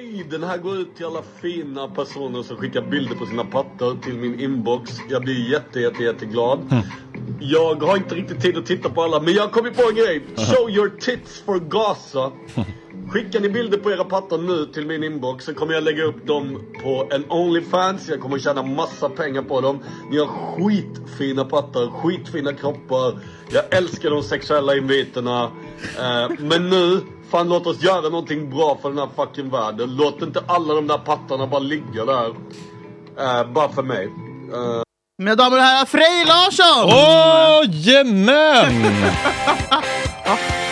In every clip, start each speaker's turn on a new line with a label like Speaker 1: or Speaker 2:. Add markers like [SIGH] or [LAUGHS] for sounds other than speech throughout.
Speaker 1: Hej, den här går ut till alla fina personer som skickar bilder på sina pattar till min inbox. Jag blir jätte, jätte, jätteglad. Jag har inte riktigt tid att titta på alla, men jag har kommit på en grej. Show your tits for Gaza. Skickar ni bilder på era pattar nu till min inbox så kommer jag lägga upp dem på en Onlyfans. Jag kommer tjäna massa pengar på dem. Ni har skitfina pattar, skitfina kroppar. Jag älskar de sexuella inviterna. Eh, men nu, fan låt oss göra någonting bra för den här fucking världen. Låt inte alla de där pattarna bara ligga där. Eh, bara för mig. Eh,
Speaker 2: Mina damer och herrar, Frej Larsson!
Speaker 3: Åh,
Speaker 2: [LAUGHS]
Speaker 3: jajamän!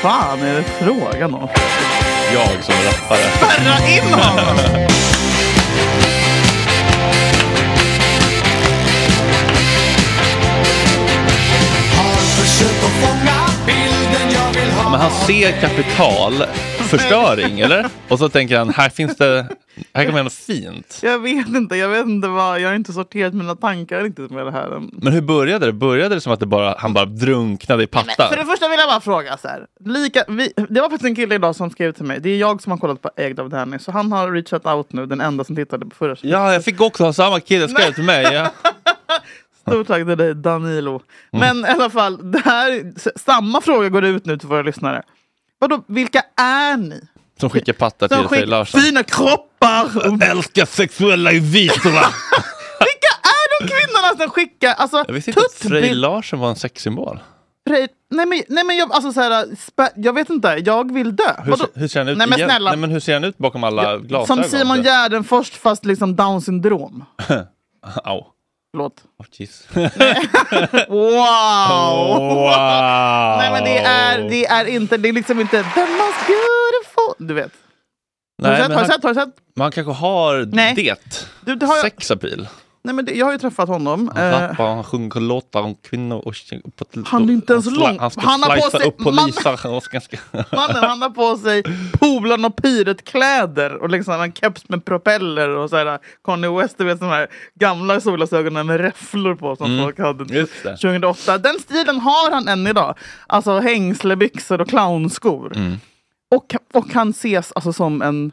Speaker 2: Fan är det frågan om?
Speaker 3: Jag som rappare.
Speaker 2: Spärra in honom!
Speaker 3: Ja, men han ser kapital,
Speaker 2: [LAUGHS]
Speaker 3: förstöring, eller? Och så tänker han, här finns det, här kan man göra något fint.
Speaker 2: Jag vet inte, jag vet inte vad, jag har inte sorterat mina tankar riktigt med det här än.
Speaker 3: Men hur började det? Började det som att det bara, han bara drunknade i
Speaker 2: För det
Speaker 3: pattar?
Speaker 2: första vill jag bara fråga så här. Lika, vi, det var faktiskt en kille idag som skrev till mig. Det är jag som har kollat på Ägd av Danny. Så han har reachat out nu, den enda som tittade på förra säsongen.
Speaker 3: Ja, jag fick också ha samma kille skrev till mig.
Speaker 2: [LAUGHS]
Speaker 3: Ja.
Speaker 2: Stort tack till dig
Speaker 3: Mm.
Speaker 2: Danilo. Men i alla fall, det här, s- samma fråga går ut nu till våra lyssnare. Vadå, vilka är ni?
Speaker 3: Som skickar pattar
Speaker 2: Som
Speaker 3: till Frej
Speaker 2: skickar
Speaker 3: Larsson.
Speaker 2: fina kroppar! Och
Speaker 3: Älskar sexuella [LAUGHS] inviterna!
Speaker 2: Vilka är de kvinnorna som skickar alltså,
Speaker 3: Jag visste inte att Frej
Speaker 2: tuttbild-
Speaker 3: Larsson var en sexsymbol.
Speaker 2: Frej- Nej men, nej, men jag, alltså, så här, spä, jag vet inte, jag vill dö. Vadå?
Speaker 3: Hur, hur ser han ut?
Speaker 2: nej, men
Speaker 3: igen?
Speaker 2: snälla,
Speaker 3: Nej, men hur ser han ut bakom alla
Speaker 2: som
Speaker 3: glasögon?
Speaker 2: Simon Gärdenfors fast liksom down syndrom.
Speaker 3: [LAUGHS] Au.
Speaker 2: Förlåt.
Speaker 3: Åh,
Speaker 2: [LAUGHS]
Speaker 3: jeez.
Speaker 2: Wow!
Speaker 3: Oh, Wow!
Speaker 2: Nej men det är, det är inte, det är liksom inte the most beautiful. Du vet. Har du
Speaker 3: Nej,
Speaker 2: sett?
Speaker 3: men
Speaker 2: Har
Speaker 3: han,
Speaker 2: du sett? Har du sett?
Speaker 3: man kanske har
Speaker 2: Nej.
Speaker 3: det.
Speaker 2: Du, det har jag-
Speaker 3: Sexapil.
Speaker 2: Nej, men det, jag har ju träffat honom.
Speaker 3: Han
Speaker 2: Eh,
Speaker 3: rappar, han sjunger låtar om kvinnor. Och
Speaker 2: Han är inte ens
Speaker 3: sla-
Speaker 2: lång.
Speaker 3: Han ska
Speaker 2: Han har på
Speaker 3: slicea
Speaker 2: sig-
Speaker 3: upp poliser.
Speaker 2: man-
Speaker 3: Han ska- ska-
Speaker 2: mannen han har på sig polan och pyretkläder och liksom en keps med propeller och så här Kanye West, du vet de här gamla solglasögonen med räfflor på som folk hade
Speaker 3: Mm. just det.
Speaker 2: 2008. Den stilen har han än idag. Alltså hängslebyxor och clownskor.
Speaker 3: Mm.
Speaker 2: Och, och han ses alltså som en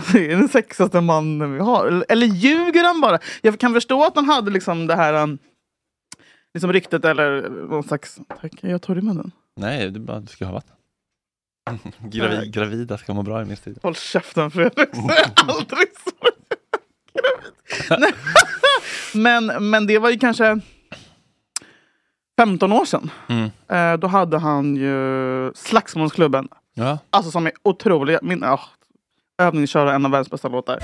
Speaker 2: [LAUGHS] den sexigaste mannen vi har. Eller- Eller ljuger han bara? Jag kan förstå att han hade liksom det här um, liksom ryktet eller någon slags... Tack, jag tar i munnen.
Speaker 3: [LAUGHS] Nej, du, bara, du ska ha vatten. [LAUGHS] Gravid, gravida ska må bra i min stil.
Speaker 2: Håll käften Fredrik, så är jag [LAUGHS] aldrig så [LAUGHS] gravid. Nej. men, men det var ju kanske 15 år sedan. Eh, då hade han ju Slagsmålsklubben.
Speaker 3: Ja.
Speaker 2: Alltså som är otrolig. Min oh, övningsköra en av världens bästa låtar.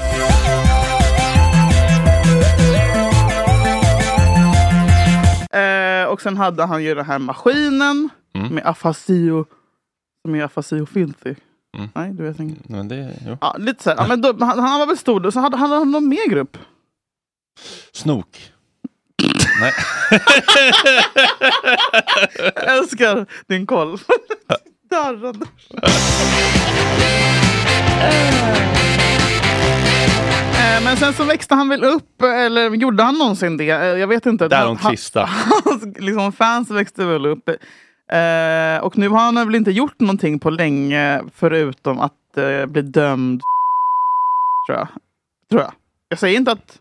Speaker 2: Eh, och sen hade han ju den här maskinen med afasio. Som är afasio filthy. Nej, du vet inte.
Speaker 3: Men det, jo.
Speaker 2: Ja, lite så här. Ja, men då, han, han var väl stor. Så hade, hade han någon mer grupp? [LAUGHS]
Speaker 3: Snok. Nej.
Speaker 2: Jag älskar din koll. [LAUGHS] Darrande. Eh, Men sen så växte han väl upp, eller gjorde han någonsin det? Eh, Jag vet inte.
Speaker 3: Där
Speaker 2: Han-
Speaker 3: de
Speaker 2: han- [LAUGHS]
Speaker 3: kvista.
Speaker 2: Hans liksom, fans växte väl upp. Eh, och nu har han väl inte gjort någonting på länge förutom att eh, bli dömd. Tror jag. Tror jag. Jag säger inte att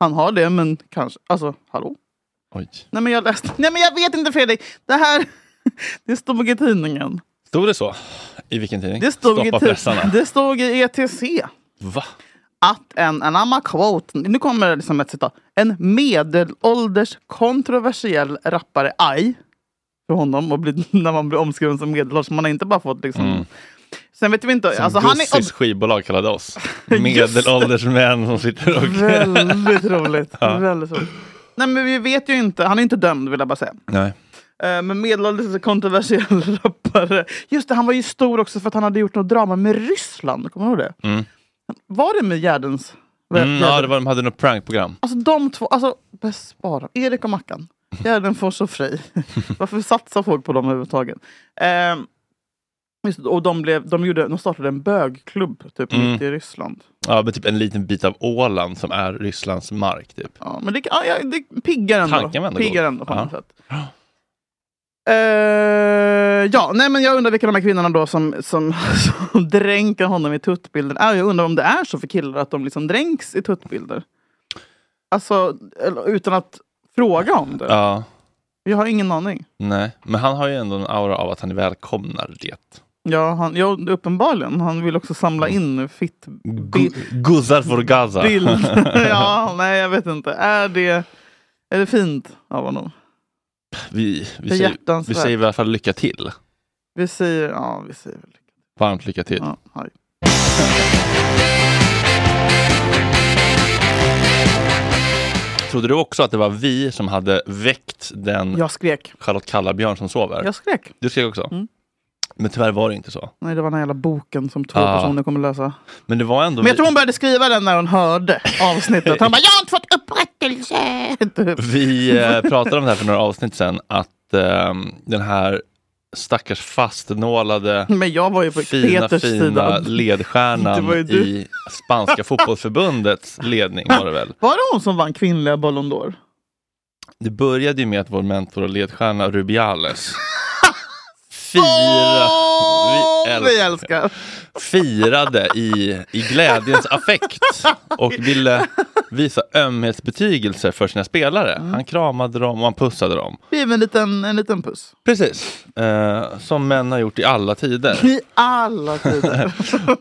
Speaker 2: han har det, men kanske. Alltså, hallå?
Speaker 3: Oj.
Speaker 2: [LAUGHS] Nej men jag läste. Nej men jag vet inte Fredrik. Det här. Det stod i tidningen.
Speaker 3: Stod det så? I vilken tidning?
Speaker 2: Det stod, i,
Speaker 3: Stoppa pressarna.
Speaker 2: [LAUGHS] det stod i ETC
Speaker 3: Va?
Speaker 2: att en, en annan quote, nu kommer det liksom ett citat. En medelålders kontroversiell rappare, aj, för honom, och bli, [LAUGHS] när man blir omskriven som medelålders. Man har inte bara fått liksom... Sen vet vi inte,
Speaker 3: Mm. Som
Speaker 2: alltså han är...
Speaker 3: Gussis skivbolag kallade oss. Medelålders män som sitter och...
Speaker 2: [LAUGHS]
Speaker 3: [LAUGHS]
Speaker 2: Väldigt roligt. Väldigt roligt. Nej men vi vet ju inte, han är inte dömd vill jag bara säga.
Speaker 3: Nej.
Speaker 2: Eh, Men medelålders kontroversiell [LAUGHS] rappare. Just det, han var ju stor också för att han hade gjort något drama med Ryssland. Kommer du ihåg det? Var det med Gärdens?
Speaker 3: Mm, ja, det var, de hade något prankprogram.
Speaker 2: Alltså de två, alltså bespara. Erik och Mackan. Gärdenfors
Speaker 3: [LAUGHS]
Speaker 2: och Frej. Varför satsar folk på dem överhuvudtaget? Ehm, just, det, och de, blev, de, gjorde, de startade en bögklubb typ
Speaker 3: Mm.
Speaker 2: mitt i Ryssland.
Speaker 3: Ja, men typ en liten bit av Åland som är Rysslands mark. Typ.
Speaker 2: Ja, men det, ja, ja, det piggar ändå.
Speaker 3: Tanken var ändå
Speaker 2: piggar
Speaker 3: god.
Speaker 2: ändå på
Speaker 3: Ja.
Speaker 2: något sätt. Eh, ja, nej men jag undrar vilka de här kvinnorna då som, som, [LAUGHS] som dränker honom i tuttbilder är. Jag undrar om det är så för killar att de liksom dränks i tuttbilder. Alltså, eller, utan att fråga om det.
Speaker 3: Ja,
Speaker 2: Jag har ingen aning.
Speaker 3: nej. Men han har ju ändå en aura av att han välkomnar det.
Speaker 2: Ja, han, ja, uppenbarligen. Han vill också samla in fitt bi-
Speaker 3: Gu- Guzzar för Gaza.
Speaker 2: bild.
Speaker 3: [LAUGHS]
Speaker 2: ja, nej jag vet inte. Är det, är det fint av honom?
Speaker 3: Vi,
Speaker 2: Det är
Speaker 3: vi, säger, vi
Speaker 2: hjärtansvärt.
Speaker 3: säger i alla fall lycka till.
Speaker 2: Vi säger, ja vi säger väl.
Speaker 3: Varmt lycka till.
Speaker 2: Ja, hej.
Speaker 3: Trodde du också att det var vi som hade väckt den
Speaker 2: Jag skrek.
Speaker 3: Charlotte Kallabjörn som sover?
Speaker 2: Jag skrek.
Speaker 3: Du skrek också?
Speaker 2: Mm.
Speaker 3: Men tyvärr var det inte så.
Speaker 2: Nej, det var den här jävla boken som två
Speaker 3: Ah.
Speaker 2: personer kommer läsa.
Speaker 3: Men det var ändå
Speaker 2: Men jag
Speaker 3: vi-
Speaker 2: tror hon började skriva den när hon hörde avsnittet. Hon bara, jag har inte fått upprättelse! [LAUGHS] Typ.
Speaker 3: Vi
Speaker 2: [LAUGHS]
Speaker 3: eh, pratade om det här för några avsnitt sedan, att ehm, den här stackars
Speaker 2: [LAUGHS]
Speaker 3: fastnålade
Speaker 2: Men jag var ju på
Speaker 3: fina,
Speaker 2: Peters
Speaker 3: fina
Speaker 2: sida. [LAUGHS] Det
Speaker 3: ledstjärnan
Speaker 2: var ju du.
Speaker 3: i
Speaker 2: [LAUGHS]
Speaker 3: spanska fotbollsförbundets ledning var det väl.
Speaker 2: Var det hon som vann kvinnliga Ballon d'Or?
Speaker 3: Det började ju med att vår mentor och ledstjärna
Speaker 2: [LAUGHS]
Speaker 3: Rubiales fira,
Speaker 2: Åh,
Speaker 3: vi
Speaker 2: vi
Speaker 3: älskar,
Speaker 2: älskar!
Speaker 3: firade i, i glädjens affekt och ville visa ömhetsbetygelser för sina spelare.
Speaker 2: Mm.
Speaker 3: Han kramade dem och han pussade dem.
Speaker 2: Skriv en liten, en liten puss.
Speaker 3: Precis, eh, som män har gjort i alla tider.
Speaker 2: I
Speaker 3: [LAUGHS]
Speaker 2: alla tider.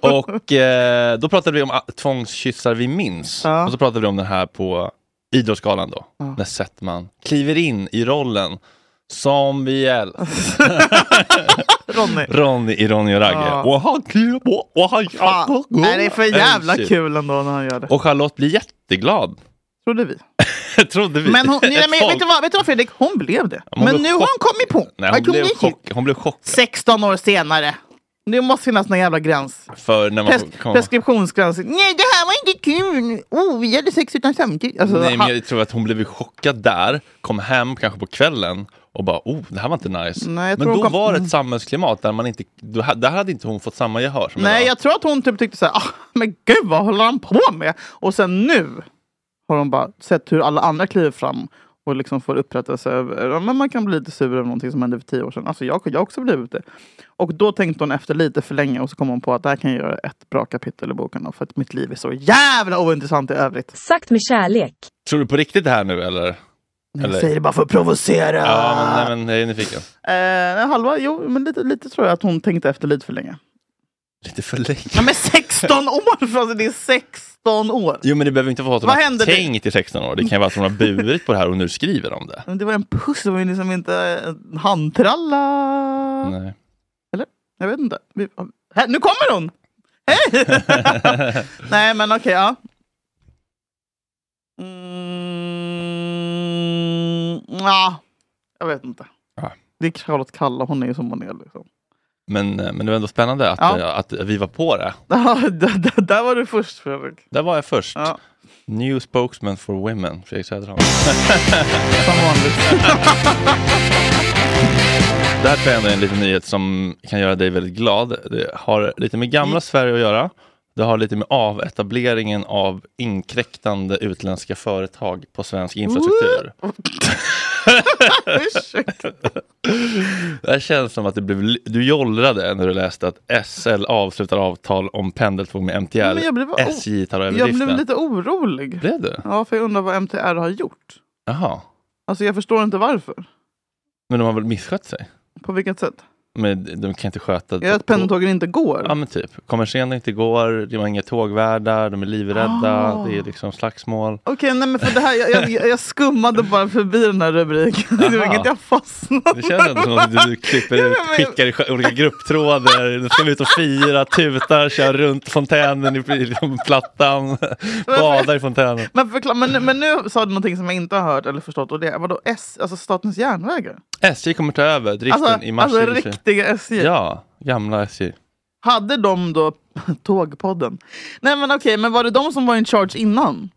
Speaker 3: Och eh, då pratade vi om a- tvångskyssar vi minns.
Speaker 2: Ja.
Speaker 3: Och så pratade vi om den här på Idrottsgalan då. När Settman kliver in i rollen som vi älskar.
Speaker 2: Ronny.
Speaker 3: Ronny i Ronny och Ragge.
Speaker 2: Ja.
Speaker 3: Och han kliver på, och han-
Speaker 2: Fan, nej, det är för jävla
Speaker 3: Shit.
Speaker 2: kul ändå när han gör det.
Speaker 3: Och Charlotte blir jätteglad. [LAUGHS]
Speaker 2: Trodde vi.
Speaker 3: Trodde vi.
Speaker 2: Men, hon, nej,
Speaker 3: Ett
Speaker 2: men
Speaker 3: folk-
Speaker 2: vet, du vad, vet du vad Fredrik? Hon blev det.
Speaker 3: hon
Speaker 2: men
Speaker 3: blev
Speaker 2: nu har hon kommit på.
Speaker 3: Nej,
Speaker 2: Vad
Speaker 3: hon,
Speaker 2: tog
Speaker 3: blev
Speaker 2: ni till?
Speaker 3: chock, hon blev chockad
Speaker 2: 16 år senare. Det måste finnas någon jävla gräns.
Speaker 3: för när man
Speaker 2: Pres
Speaker 3: kom.
Speaker 2: preskriptionsgräns. Nej, det här var inte kul. Oh, vi hade sex utan samtycke. Alltså, [LAUGHS]
Speaker 3: Nej, men
Speaker 2: han-
Speaker 3: jag tror att hon blev chockad där, kom hem kanske på kvällen och bara oh, det här var inte nice.
Speaker 2: Nej, jag
Speaker 3: men
Speaker 2: tror
Speaker 3: då
Speaker 2: hon kom- Mm.
Speaker 3: var det ett samhällsklimat där man inte, då ha- där hade inte hon fått samma gehör som
Speaker 2: Nej,
Speaker 3: idag.
Speaker 2: jag tror att hon typ tyckte så här, ah, men gud vad håller han på med? Och sen nu har hon bara sett hur alla andra kliver fram och liksom får upprättelse över, ja, men man kan bli lite sur över någonting som hände för tio år sedan. Alltså jag jag har också blivit det. Och då tänkte hon efter lite för länge och så kom hon på att det här kan jag göra ett bra kapitel i boken om, för att mitt liv är så jävla ointressant i övrigt.
Speaker 4: Sagt med kärlek.
Speaker 3: Tror du på riktigt det här nu eller?
Speaker 2: Jag
Speaker 3: eller?
Speaker 2: säger det bara för att provocera!
Speaker 3: Ja, men,
Speaker 2: Ah.
Speaker 3: nej, men jag är nyfiken.
Speaker 2: Eh, halva, jo, men lite, lite tror jag att hon tänkte efter lite för länge.
Speaker 3: Lite för länge.
Speaker 2: Ja, men [LAUGHS] 16 år! För alltså det är 16 år!
Speaker 3: Jo, men det behöver inte vara att hon
Speaker 2: Vad
Speaker 3: har
Speaker 2: hände dig?
Speaker 3: tänkt i 16 år. Det kan ju vara att hon har burit på det här och nu skriver om det.
Speaker 2: Men det var en puss, det var ju liksom inte en handtralla.
Speaker 3: Nej.
Speaker 2: Jag vet inte. Vi, här, nu kommer hon!
Speaker 3: [LAUGHS]
Speaker 2: Hej! Nej men okej, ja. Mm, ja. Jag vet inte.
Speaker 3: Ja.
Speaker 2: Det är Charlotte Kalla, hon är ju som hon är. Liksom. [LAUGHS]
Speaker 3: Men, eh, men det var ändå spännande att,
Speaker 2: Ja.
Speaker 3: eh, att vi var på det.
Speaker 2: Ja, där, där- där var du först Fredrik.
Speaker 3: Där var jag först.
Speaker 2: Ja.
Speaker 3: New spokesman for women, Fredrik Söderholm.
Speaker 2: Som vanligt.
Speaker 3: Det här tror jag ändå är en liten nyhet som kan göra dig väldigt glad. Det har lite med
Speaker 2: Mm.
Speaker 3: gamla Sverige att göra. Det har lite med avetableringen av inkräktande utländska företag på svensk infrastruktur.
Speaker 2: Ursäkta.
Speaker 3: Det här känns som att det blev, li- du jollrade när du läste att SL avslutar avtal om pendeltåg med MTR.
Speaker 2: Men jag blev- oh.
Speaker 3: SJ tar över
Speaker 2: Jag blev
Speaker 3: driften.
Speaker 2: lite orolig.
Speaker 3: Blev du?
Speaker 2: Ja, för jag undrar vad MTR har gjort.
Speaker 3: Jaha.
Speaker 2: Alltså jag förstår inte varför.
Speaker 3: Men de har väl misskött sig?
Speaker 2: På vilket sätt?
Speaker 3: men de kan inte sköta...
Speaker 2: Är det att pendeltågen inte går?
Speaker 3: Ja men typ. Kommer sent inte går, det var inga tågvärdar, de är livrädda,
Speaker 2: Ah.
Speaker 3: det är liksom slagsmål.
Speaker 2: Okej, nej men för det här, jag, jag, jag skummade bara förbi den här rubriken. Det var
Speaker 3: Jaha.
Speaker 2: inget jag fastnade.
Speaker 3: Det känns inte som att du klipper
Speaker 2: Ja, men-
Speaker 3: ut, skickar i sj- olika grupptrådar, nu ska vi ut och fira, tutar, kör runt fontänen i i plattan, badar i fontänen.
Speaker 2: Men, förklara, men, men nu sa du någonting som jag inte har hört eller förstått. Och det är vadå S, alltså Statens järnvägar?
Speaker 3: SJ kommer ta över driften
Speaker 2: Alltså,
Speaker 3: i mars
Speaker 2: alltså
Speaker 3: 2020.
Speaker 2: riktiga SJ.
Speaker 3: Ja, gamla SJ.
Speaker 2: Hade de då Tågpodden? Nej men okej, men var det de som var in charge innan?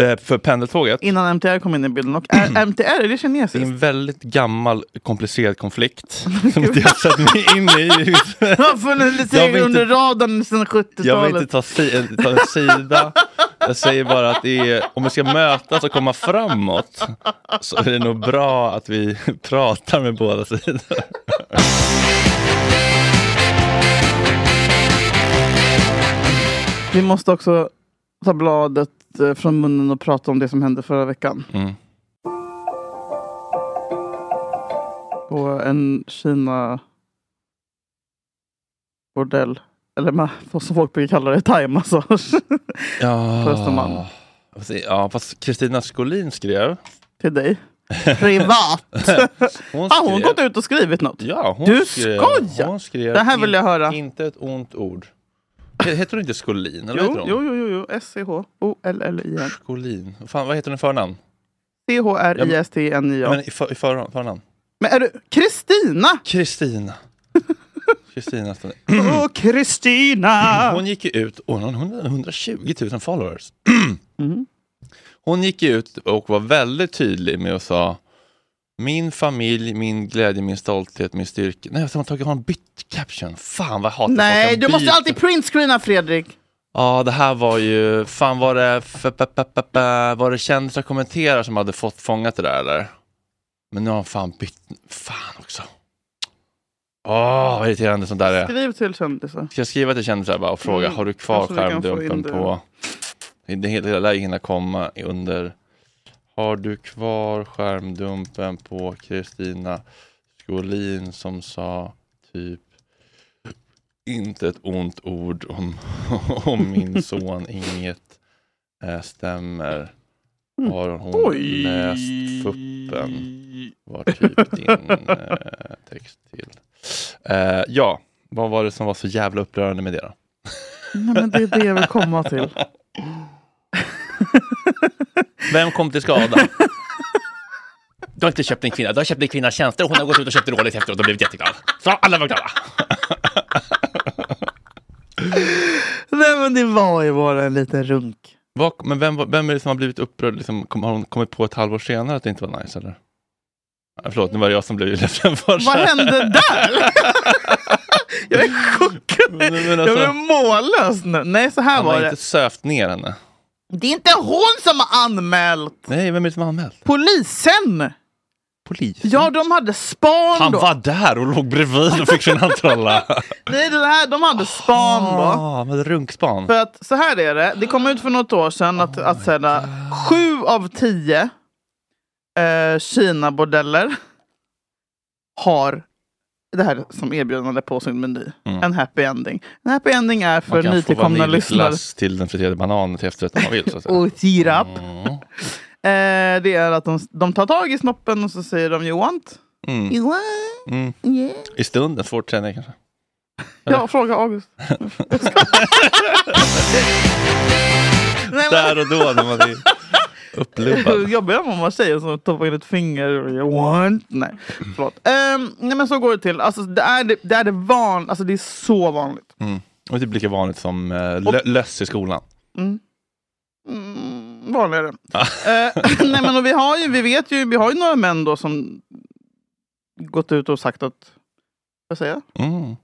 Speaker 3: Eh, för pendeltåget,
Speaker 2: Innan MTR kom in i bilden? Och
Speaker 3: [CLEARS THROAT]
Speaker 2: är, MTR, är det
Speaker 3: det är
Speaker 2: kinesiskt?
Speaker 3: en väldigt gammal komplicerad konflikt som inte jag har satt mig in i.
Speaker 2: [LAUGHS] Det har funnits
Speaker 3: Jag
Speaker 2: lite
Speaker 3: vill inte-
Speaker 2: under radarn sedan
Speaker 3: Jag vill
Speaker 2: 70-talet.
Speaker 3: inte ta, si eh, ta en sida. Jag säger bara att det är, om vi ska mötas och komma framåt så är det nog bra att vi [LAUGHS] pratar med båda sidor.
Speaker 2: Vi måste också ta bladet eh, från munnen och prata om det som hände förra veckan.
Speaker 3: Mm.
Speaker 2: På en Kina bordell. Eller ma- vad som folk brukar kalla det, thaimassage. [LAUGHS]
Speaker 3: Ja.
Speaker 2: På Östermalm.
Speaker 3: Ja, fast Kristina Skolin
Speaker 2: [LAUGHS]
Speaker 3: skrev.
Speaker 2: Till dig. Privat.
Speaker 3: [LAUGHS] Hon
Speaker 2: Har Ah, hon gått ut och skrivit något?
Speaker 3: Ja, hon
Speaker 2: Du
Speaker 3: skrev,
Speaker 2: skojar!
Speaker 3: Hon skrev
Speaker 2: Det här vill
Speaker 3: in-
Speaker 2: jag höra.
Speaker 3: Inte ett ont ord. Heter hon inte Skolin? Eller vad
Speaker 2: Jo,
Speaker 3: heter hon?
Speaker 2: jo, jo, jo, jo. S-C-H-O-L-L-I-N.
Speaker 3: Skolin. Fan, vad heter hon i förnamn?
Speaker 2: C-H-R-I-S-T-N-I-A.
Speaker 3: Men i, för, i för, förnamn?
Speaker 2: Men är du Kristina? [LAUGHS]
Speaker 3: Kristina. Kristina. står det.
Speaker 2: Åh, Kristina!
Speaker 3: Hon gick ju ut, och hon har 100 120 000 followers. [CLEARS THROAT]
Speaker 2: Mm-hmm.
Speaker 3: Hon gick ju ut och var väldigt tydlig med att sa min familj, min glädje, min stolthet, min styrka. Nej, jag har tagit har en bytt caption. Fan vad jag hatar
Speaker 2: Nej,
Speaker 3: folk
Speaker 2: du
Speaker 3: har
Speaker 2: måste
Speaker 3: bytt.
Speaker 2: alltid printscreena Fredrik.
Speaker 3: Ja, det här var ju, fan var det, f- p- p- p- p- var det kändisar kommenterar som hade fått fångat det där eller? Men nu har han fan bytt, fan också. Åh, vad irriterande sånt där är.
Speaker 2: Skriv till kändisar.
Speaker 3: Ska jag skriva till kändisar bara och fråga,
Speaker 2: Mm,
Speaker 3: har du kvar
Speaker 2: kanske vi kan få in
Speaker 3: skärmdumpen
Speaker 2: det.
Speaker 3: på... Det hela det lär ju hinna komma i under... Har du kvar skärmdumpen på Kristina Skolin som sa typ inte ett ont ord om, [LAUGHS] om min son, inget eh, stämmer. Har hon
Speaker 2: Oj.
Speaker 3: läst fuppen? Var typ din eh, text till. Eh, ja, vad var det som var så jävla upprörande med det då?
Speaker 2: Nej, men det är det jag vill komma till.
Speaker 3: Vem kom till skada? Du har inte köpt en kvinna, du har köpt en kvinnas tjänster och hon har gått ut och köpt rådigt efteråt och blivit jätteglad. Så alla var glada.
Speaker 2: [LAUGHS] Nej, men det var ju bara en liten runk.
Speaker 3: Vad- men vem, var- vem är det som har blivit upprörd? Liksom, kom- har hon kommit på ett halvår senare att det inte var nice eller? Ah, Förlåt, nu var det jag som blev ledsen först.
Speaker 2: Vad hände där? jag är chockad.
Speaker 3: [LAUGHS] Men, men
Speaker 2: Jag
Speaker 3: alltså,
Speaker 2: blev mållös nu. Nej, så här
Speaker 3: han
Speaker 2: var
Speaker 3: har
Speaker 2: det.
Speaker 3: inte sövt ner henne.
Speaker 2: Det är inte hon som har anmält!
Speaker 3: Nej, vem är det som har anmält?
Speaker 2: Polisen!
Speaker 3: Polis.
Speaker 2: Ja, de hade span
Speaker 3: han
Speaker 2: då.
Speaker 3: var där och låg bredvid och fick sin hand
Speaker 2: [LAUGHS]
Speaker 3: trolla.
Speaker 2: Nej, det här, de hade span då.
Speaker 3: Ah, med runkspan.
Speaker 2: För att så här är det, det kom ut för något år sedan att, att så här, sju av tio eh, Kina-bordeller har det här som erbjudande på sin meny.
Speaker 3: Mm.
Speaker 2: En happy ending. En happy ending är för nytillkomna lyssnare.
Speaker 3: till den friterade bananen till efterrätt om man vill. Så att säga.
Speaker 2: Och sirap.
Speaker 3: Mm.
Speaker 2: [LAUGHS] Eh, det är att de, de tar tag i snoppen och så säger de you want.
Speaker 3: Mm.
Speaker 2: You want.
Speaker 3: Mm.
Speaker 2: Yeah.
Speaker 3: I stunden, svårt träning kanske.
Speaker 2: Ja, fråga August.
Speaker 3: [LAUGHS]
Speaker 2: [LAUGHS] Nej, men,
Speaker 3: Där och då när man är
Speaker 2: [LAUGHS] hur
Speaker 3: upplubbad.
Speaker 2: jobbigt om man var tjej och så stoppar in ett finger. och jag Want? Nej, förlåt. Ehm, nej, men så går det till. Alltså, det, är det, det är det van, alltså, det är så vanligt.
Speaker 3: Mm. Och typ lika vanligt som eh, lö- löss i skolan.
Speaker 2: Mm, vanligare. Eh, [LAUGHS] nej, men, och vi, har ju, vi vet ju, vi har ju några män då som gått ut och sagt att, vad säger jag?
Speaker 3: Mm.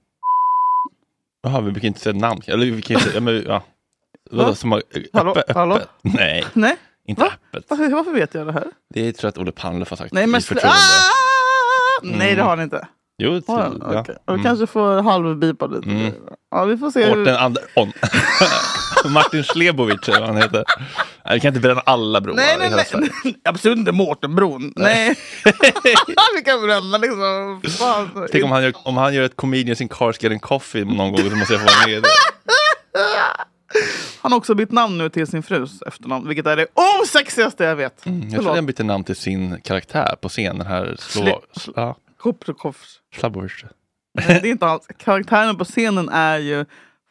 Speaker 3: Jaha, vi brukar inte säga namn. Eller vi kan inte, ja, men, ja. Vadå,
Speaker 2: Va?
Speaker 3: som har,
Speaker 2: Hallå?
Speaker 3: öppet,
Speaker 2: Hallå?
Speaker 3: öppet? Nej,
Speaker 2: [LAUGHS] Nej,
Speaker 3: inte
Speaker 2: Va?
Speaker 3: öppet.
Speaker 2: varför, varför vet jag det här?
Speaker 3: Det tror jag att Olle Palmlöf har sagt
Speaker 2: Nej, men
Speaker 3: i
Speaker 2: sl-
Speaker 3: förtroende.
Speaker 2: ah! Nej, det
Speaker 3: Mm.
Speaker 2: har ni inte.
Speaker 3: Jo, det tror
Speaker 2: Ja,
Speaker 3: jag.
Speaker 2: okej. Och
Speaker 3: Mm.
Speaker 2: kanske får halvbipa lite.
Speaker 3: Mm.
Speaker 2: Ja, vi får se.
Speaker 3: Orten [LAUGHS]
Speaker 2: Hur...
Speaker 3: Andersson. Martin Slebovic eller vad han heter. Nej, vi kan inte bränna alla broar
Speaker 2: Nej, nej,
Speaker 3: i hela Sverige.
Speaker 2: nej, [LAUGHS] nej. Absolut inte Mårtenbron. Nej. [LAUGHS] Vi kan bränna liksom. Fan.
Speaker 3: Tänk om han, gör, om han gör ett Comedians in Cars Getting Coffee någon gång så måste jag få vara med i det.
Speaker 2: [LAUGHS] Han har också bytt namn nu till sin frus efternamn, vilket är det osexigaste jag vet. Mm,
Speaker 3: Jag tror han bytte namn till sin karaktär på scen. Den här slå...
Speaker 2: Sli-
Speaker 3: Ja,
Speaker 2: Koprukovs.
Speaker 3: Slabovers.
Speaker 2: Nej, det är inte hans. Karaktären på scenen är ju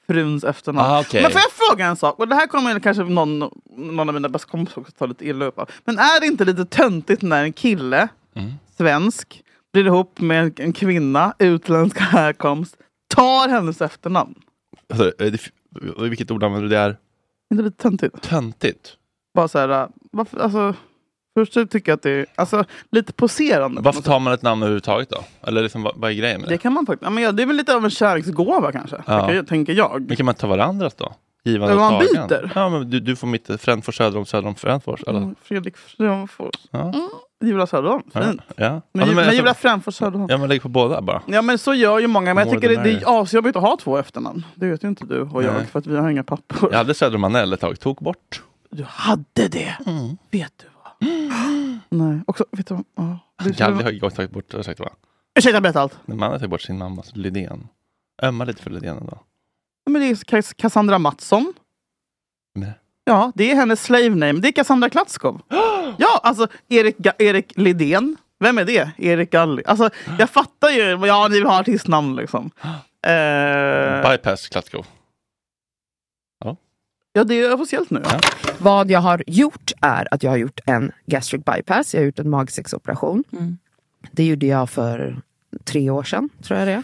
Speaker 2: fruns efternamn.
Speaker 3: Ah, okej.
Speaker 2: Men får jag fråga en sak? Och det här kommer kanske någon, någon av mina bästa kompisar också ta lite illa upp av. Men är det inte lite töntigt när en kille, svensk, blir ihop med en, en kvinna, utländsk härkomst, tar hennes efternamn?
Speaker 3: Alltså, eh, det- Vilket ord använder du? Det är
Speaker 2: Är inte lite töntigt?
Speaker 3: töntigt.
Speaker 2: Bara så här, varför, alltså, först så tycker jag att det är alltså, lite poserande. på
Speaker 3: Varför
Speaker 2: något
Speaker 3: tar man ett namn överhuvudtaget då? Eller liksom, vad, vad är grejen med
Speaker 2: Det
Speaker 3: det?
Speaker 2: kan man faktiskt. Ja, men ja, det är väl lite av en kärleksgåva kanske, tänker, tänker jag.
Speaker 3: Men kan man ta varandras då? Givande
Speaker 2: Men
Speaker 3: och
Speaker 2: man
Speaker 3: tagen.
Speaker 2: byter.
Speaker 3: Ja, men du, du får mitt Frändfors söder om söder om Frändfors. Eller?
Speaker 2: Mm, Fredrik Fränfors.
Speaker 3: Ja.
Speaker 2: Mm, Jula Söderholm, fint.
Speaker 3: Ja. Ja.
Speaker 2: Men,
Speaker 3: Alltså,
Speaker 2: ju- men
Speaker 3: alltså,
Speaker 2: Jula Fränfors Söderholm.
Speaker 3: ja, men lägg på båda bara.
Speaker 2: Ja men så gör ju många, men jag
Speaker 3: More
Speaker 2: tycker
Speaker 3: the
Speaker 2: det, det
Speaker 3: merrier.
Speaker 2: är asjobbigt att ha två efternamn. Det vet ju inte du och jag,
Speaker 3: Nej.
Speaker 2: för att vi har inga pappor.
Speaker 3: Jag hade Söder Manell ett tag, tog bort.
Speaker 2: Du hade det!
Speaker 3: Mm.
Speaker 2: Vet du vad? [GASPS] Nej, också, vet du vad? Ja. Du,
Speaker 3: Kalle har jag tagit bort, ursäkta va?
Speaker 2: Ursäkta, jag berättar allt.
Speaker 3: Men man har tagit bort sin mamma, Lydén. Ömma lite för Lydén ändå.
Speaker 2: Ja, Men det är Kas- Cassandra Mattsson.
Speaker 3: Men-
Speaker 2: Ja, det är hennes slave name. Det är
Speaker 3: [GASPS]
Speaker 2: Cassandra Klatskov. Ja, alltså Erik, Ga- Erik Lidén. Vem är det? Erik Galli. Alltså, jag fattar ju. Ja, ni vill ha
Speaker 3: [GASPS]
Speaker 2: artistnamn liksom. Eh,
Speaker 3: Bypass Klatskov.
Speaker 2: ja, det är officiellt nu. Eh, Ja.
Speaker 4: Vad jag har gjort är att jag har gjort en gastric bypass, jag har gjort en magsexoperation.
Speaker 5: Mm.
Speaker 4: Det gjorde jag för tre år sedan, tror jag det är.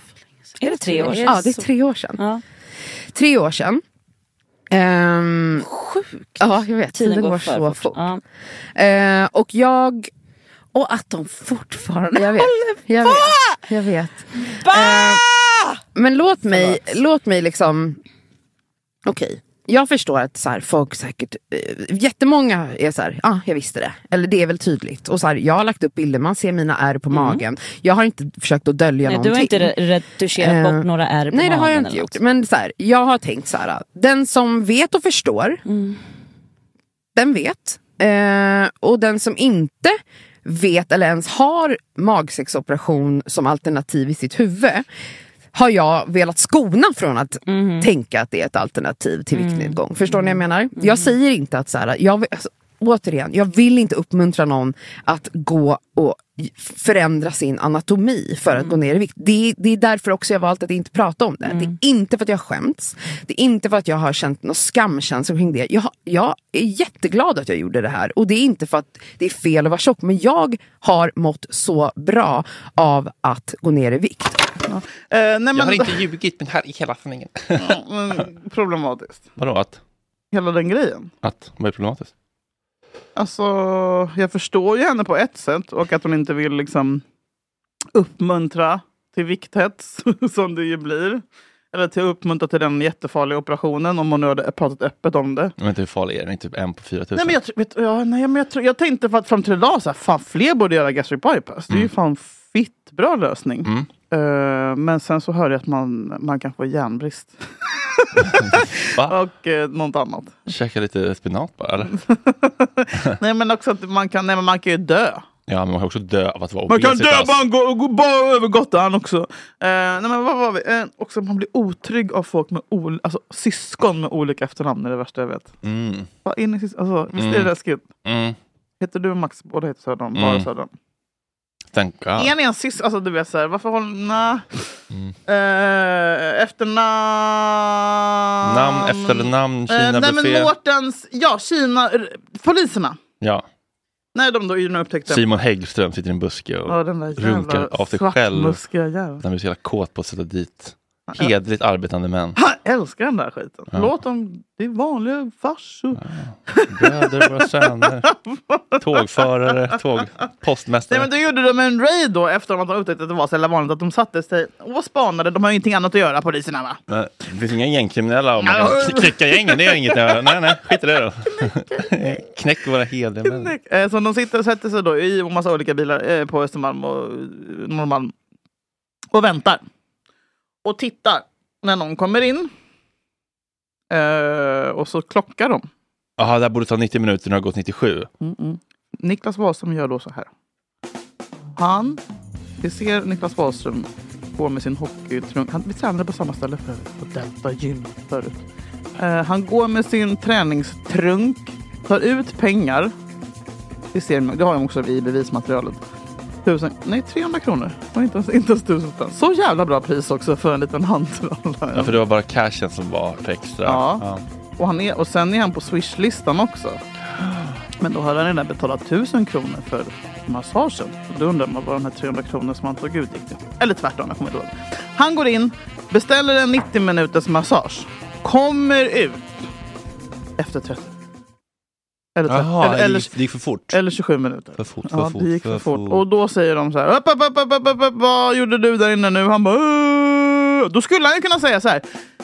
Speaker 5: Är det tre år?
Speaker 4: Ja, det är tre år sedan.
Speaker 5: Ja.
Speaker 4: Tre år sedan. Ehm,
Speaker 5: Sjukt.
Speaker 4: ja, jag vet. Tiden, går,
Speaker 5: för
Speaker 4: så fort.
Speaker 5: Ja.
Speaker 4: Eh, och jag...
Speaker 5: Och att de fortfarande
Speaker 4: Jag vet. Jag vet. Jag vet. Eh, men låt mig, låt mig liksom... Okej. Jag förstår att så här, folk säkert, eh, jättemånga är så här, ja ah, jag visste det. Eller det är väl tydligt. Och så här, jag har lagt upp bilder, man ser mina ärr på magen. Jag har inte försökt att dölja
Speaker 5: Mm. Nej, du
Speaker 4: någonting.
Speaker 5: har inte re- retuscherat
Speaker 4: Eh,
Speaker 5: bort några ärr på
Speaker 4: Nej det har jag
Speaker 5: magen
Speaker 4: inte
Speaker 5: eller
Speaker 4: gjort.
Speaker 5: något.
Speaker 4: Men så här, jag har tänkt så här. "Ah, Den som vet och förstår. Den vet. Eh, och den som inte vet eller ens har magsexoperation som alternativ i sitt huvud. Har jag velat skona från att tänka att det är ett alternativ till viktnedgång. Förstår ni vad jag menar? Jag säger inte att så här. Jag, vill- alltså, återigen, jag vill inte uppmuntra någon att gå och förändra sin anatomi för att gå ner i vikt. Det, det är därför också jag valt att inte prata om det. Det är inte för att jag skämts. Det är inte för att jag har känt någon skamkänsla kring det. Jag, jag är jätteglad att jag gjorde det här. Och det är inte för att det är fel att vara tjock. Men jag har mått så bra av att gå ner i vikt.
Speaker 2: Eh, nej,
Speaker 3: Jag har
Speaker 2: men,
Speaker 3: inte ljugit, men här är hela sanningen.
Speaker 2: men, problematiskt.
Speaker 3: Vadå att?
Speaker 2: Hela den grejen.
Speaker 3: Att? Vad är problematiskt?
Speaker 2: Alltså, jag förstår ju henne på ett sätt och att hon inte vill liksom uppmuntra till vikthets [LAUGHS] som det ju blir. Eller till att uppmuntra till den jättefarliga operationen om hon nu hade pratat öppet om det.
Speaker 3: Jag vet inte hur farlig är den? Typ en på 4000?
Speaker 2: Nej men jag, tr- vet, ja, nej, men jag, tror- jag tänkte för att fram till idag så här, fan fler borde göra gastric bypass. Det är ju fan fitt bra lösning. Eh, men sen så hörde jag att man, man kan få järnbrist
Speaker 3: Va?
Speaker 2: och eh, något annat.
Speaker 3: Käka lite spenat bara eller?
Speaker 2: nej men också att man kan, nej, men man kan ju dö.
Speaker 3: Ja men man kan också dö av att vara
Speaker 2: Man
Speaker 3: obesitas.
Speaker 2: kan dö bara, gå, gå, bara över gatan också. Eh, nej, men vad var vi? Eh, också man blir otrygg av folk med ol, alltså, syskon med olika efternamn. är det värsta jag vet.
Speaker 3: Mm.
Speaker 2: Vad in i sys- alltså, visst är det
Speaker 3: Mm.
Speaker 2: läskigt?
Speaker 3: Mm.
Speaker 2: Heter du Max? Båda heter Söderholm. Bara
Speaker 3: Mm.
Speaker 2: Söderholm.
Speaker 3: Thank God.
Speaker 2: Är ni en syskon? Alltså du vet såhär, varför håller... Nah.
Speaker 3: Mm.
Speaker 2: Eh, efternamn...
Speaker 3: Namn, efternamn,
Speaker 2: Eh, nej
Speaker 3: Kina-buffé.
Speaker 2: men Mårtens... Ja, Kina... r- Poliserna.
Speaker 3: ja.
Speaker 2: Nej, de då Yrna upptäckte.
Speaker 3: Simon Häggström sitter i en buske och
Speaker 2: Ja, den där
Speaker 3: runkar
Speaker 2: jävla
Speaker 3: av sig själv.
Speaker 2: svartmuskiga jäveln.
Speaker 3: han blir så jävla kåt på att sätta dit hederligt arbetande
Speaker 2: [LAUGHS]
Speaker 3: män.
Speaker 2: Han älskar den där skiten. Låt dem, det är vanliga farsor.
Speaker 3: Bröder, våra söner, tågförare, tåg, postmästare.
Speaker 2: Nej men då gjorde de en raid då efter att de upptäckte att det var så jävla vanligt att de satte sig och spanade. De har ju ingenting annat att göra poliserna va?
Speaker 3: Nej, Det finns inga gängkriminella om man kan knäcka gängen. Det är inget. Nej, nej, skit i
Speaker 2: [LAUGHS]
Speaker 3: det då. Knäck våra hederliga män.
Speaker 2: Eh, Så de sitter, sätter sig då i en massa olika bilar eh, på Östermalm och eh, Norrmalm. Och väntar. Och tittar när någon kommer in. Eh, och så klockar de.
Speaker 3: Jaha, det här borde ta 90 minuter, nu har det gått 97.
Speaker 2: Niklas Wahlström gör då så här. Han, vi ser Niklas Wahlström gå med sin hockeytrunk. Han, vi tränade på samma ställe förut, på Delta Gym förut. Eh, han går med sin träningstrunk, tar ut pengar. Det, ser, det har de också i bevismaterialet. Tusen, nej, 300 kronor. Det var Inte ens, inte ens tusen spänn. Så jävla bra pris också för en liten handtralla.
Speaker 3: Ja, för det var bara cashen som var för extra.
Speaker 2: Ja. Och, han är, och sen är han på Swish-listan också. Men då har han redan betalat 1000 kronor för massagen. Och då undrar man vad de här 300 kronor som han tog ut gick till. Eller tvärtom, jag kommer inte ihåg. Han går in, beställer en 90 minuters massage. Kommer ut efter 30. Eller, 30,
Speaker 3: Jaha,
Speaker 2: eller, eller,
Speaker 3: det, gick, det gick för fort.
Speaker 2: eller 27 minuter.
Speaker 3: För fort, för
Speaker 2: Ja,
Speaker 3: fort,
Speaker 2: det gick
Speaker 3: för
Speaker 2: för fort.
Speaker 3: fort.
Speaker 2: Och då säger de så här. Upp, upp, upp, upp, upp, upp, upp, vad gjorde du där inne nu? Han bara. "Åh." Då skulle han ju kunna säga så här.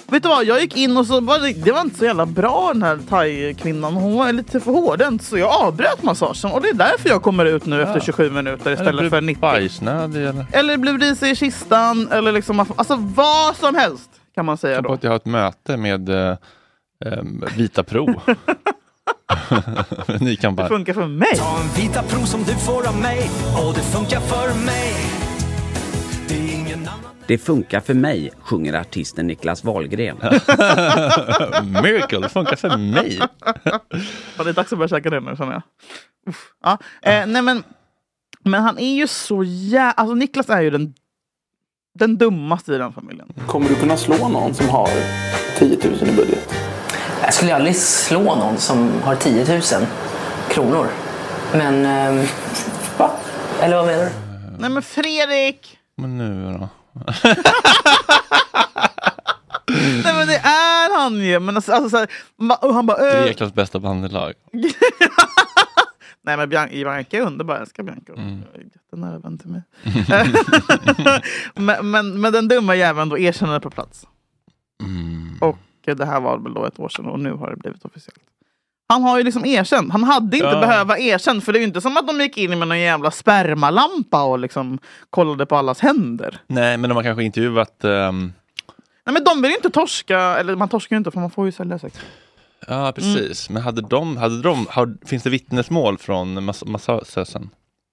Speaker 2: Vet du vad, jag gick in och så var det, det var inte så jävla bra den här thai-kvinnan. Hon var lite för hårdhänt så jag avbröt massagen. Och det är därför jag kommer ut nu efter 27 minuter istället för 90.
Speaker 3: Bajsnödig eller?
Speaker 2: Eller blev risig i kistan. Eller liksom, alltså vad som helst kan man säga
Speaker 3: Jag på
Speaker 2: då.
Speaker 3: att jag har ett möte med eh, eh, Vita
Speaker 2: [LAUGHS]
Speaker 3: Pro. Ny
Speaker 2: Det
Speaker 3: kampanj.
Speaker 2: funkar för mig.
Speaker 6: Ta en vita prov som du får av mig och det funkar för mig. Det är ingen annan...
Speaker 7: Det funkar för mig, sjunger artisten Niklas Wahlgren.
Speaker 3: Miracle, det funkar för mig.
Speaker 2: Ja, det är dags att börja käka det nu känner jag. Uff. Ja. Eh, nej, men, men han är ju så jävla... Alltså Niklas är ju den, den dummaste i den familjen.
Speaker 8: Kommer du kunna slå någon som har 10 000 i budget?
Speaker 6: Jag skulle aldrig slå någon som har 10 000 kronor. Men... ehm, va? Eller vad menar du?
Speaker 2: Nej men Fredrik!
Speaker 3: Men nu då?
Speaker 2: Nej men det är han ju! Men alltså, alltså, så här, ma- och han bara... Eh.
Speaker 3: Greklands bästa bandylag.
Speaker 2: Nej men Bian- Bianca är underbar, jag älskar Bianca. Mm. Jättenära vän till mig. [LAUGHS] men, men, men den dumma jäveln då erkänner det på plats. Och eh, det här var väl då ett år sedan och nu har det blivit officiellt. Han har ju liksom erkänt. Han hade inte
Speaker 3: Ja.
Speaker 2: behöva erkänt för det är ju inte som att de gick in med någon jävla spermalampa och liksom kollade på allas händer.
Speaker 3: Nej, men de har kanske intervjuat... ehm,
Speaker 2: Nej men de vill ju inte torska, eller man torskar ju inte för man får ju sälja sex. Mm.
Speaker 3: Ja, precis. Men hade de, hade de, har, finns det vittnesmål från mass- massösen?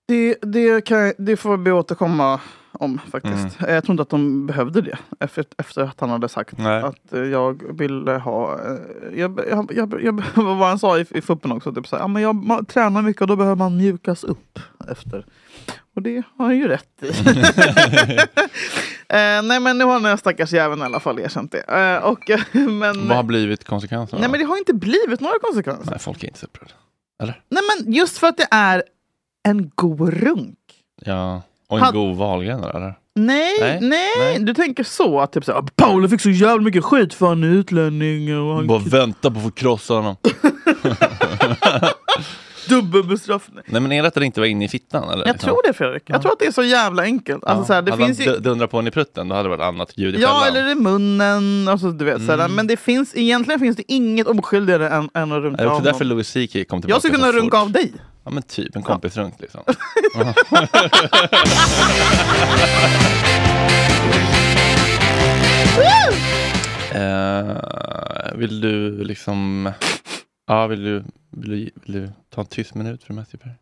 Speaker 2: Det, det, kan, det får vi återkomma om faktiskt. Jag tror inte att de behövde det efter, efter att han hade sagt
Speaker 3: Mm. Nej.
Speaker 2: att eh, jag ville ha... eh, Jag, jag, jag, jag, [LAUGHS] vad han sa i, i fuppen också, typ så här, ja, men jag ma- tränar mycket och då behöver man mjukas upp efter. Och det har han ju rätt
Speaker 3: [LAUGHS]
Speaker 2: i. eh, nej men nu har den här stackars jäveln i alla fall erkänt det. Eh, och, men,
Speaker 3: Vad har blivit konsekvenserna?
Speaker 2: nej men det har inte blivit några konsekvenser.
Speaker 3: Nej, folk är inte så upprörda.
Speaker 2: Nej men just för att det är en god runk.
Speaker 3: Ja. Och en
Speaker 2: Had-
Speaker 3: god Wahlgren då, eller?
Speaker 2: Nej,
Speaker 3: Nej,
Speaker 2: nej,
Speaker 3: nej.
Speaker 2: Du tänker så? Att typ såhär, Paolo fick så jävla mycket skit för han är utlänning och han
Speaker 3: Bara vänta på att få krossa honom.
Speaker 2: dubbelbestraffning.
Speaker 3: Nej men är det att det inte var inne i fittan? Eller?
Speaker 2: Jag tror det Fredrik. Jag tror att det är så jävla enkelt. Alltså, såhär, det
Speaker 3: hade
Speaker 2: finns
Speaker 3: han
Speaker 2: ju,
Speaker 3: d- dundrat på en i prutten, då hade det Mm. varit annat ljud i
Speaker 2: ja,
Speaker 3: fällan.
Speaker 2: eller i munnen. Alltså, du vet, såhär, men det finns, egentligen finns det inget oskyldigare än, än att
Speaker 3: Är
Speaker 2: runka
Speaker 3: det också
Speaker 2: av
Speaker 3: därför
Speaker 2: någon.
Speaker 3: Louis CK kom tillbaka
Speaker 2: Jag skulle
Speaker 3: så
Speaker 2: kunna
Speaker 3: fort?
Speaker 2: runka av dig.
Speaker 3: Ja men typ, en kompisrunk
Speaker 2: [LAUGHS]
Speaker 3: liksom. Eh, vill du liksom... Ja, vill du, vill, du, vill du ta en tyst minut för Matthew Perry?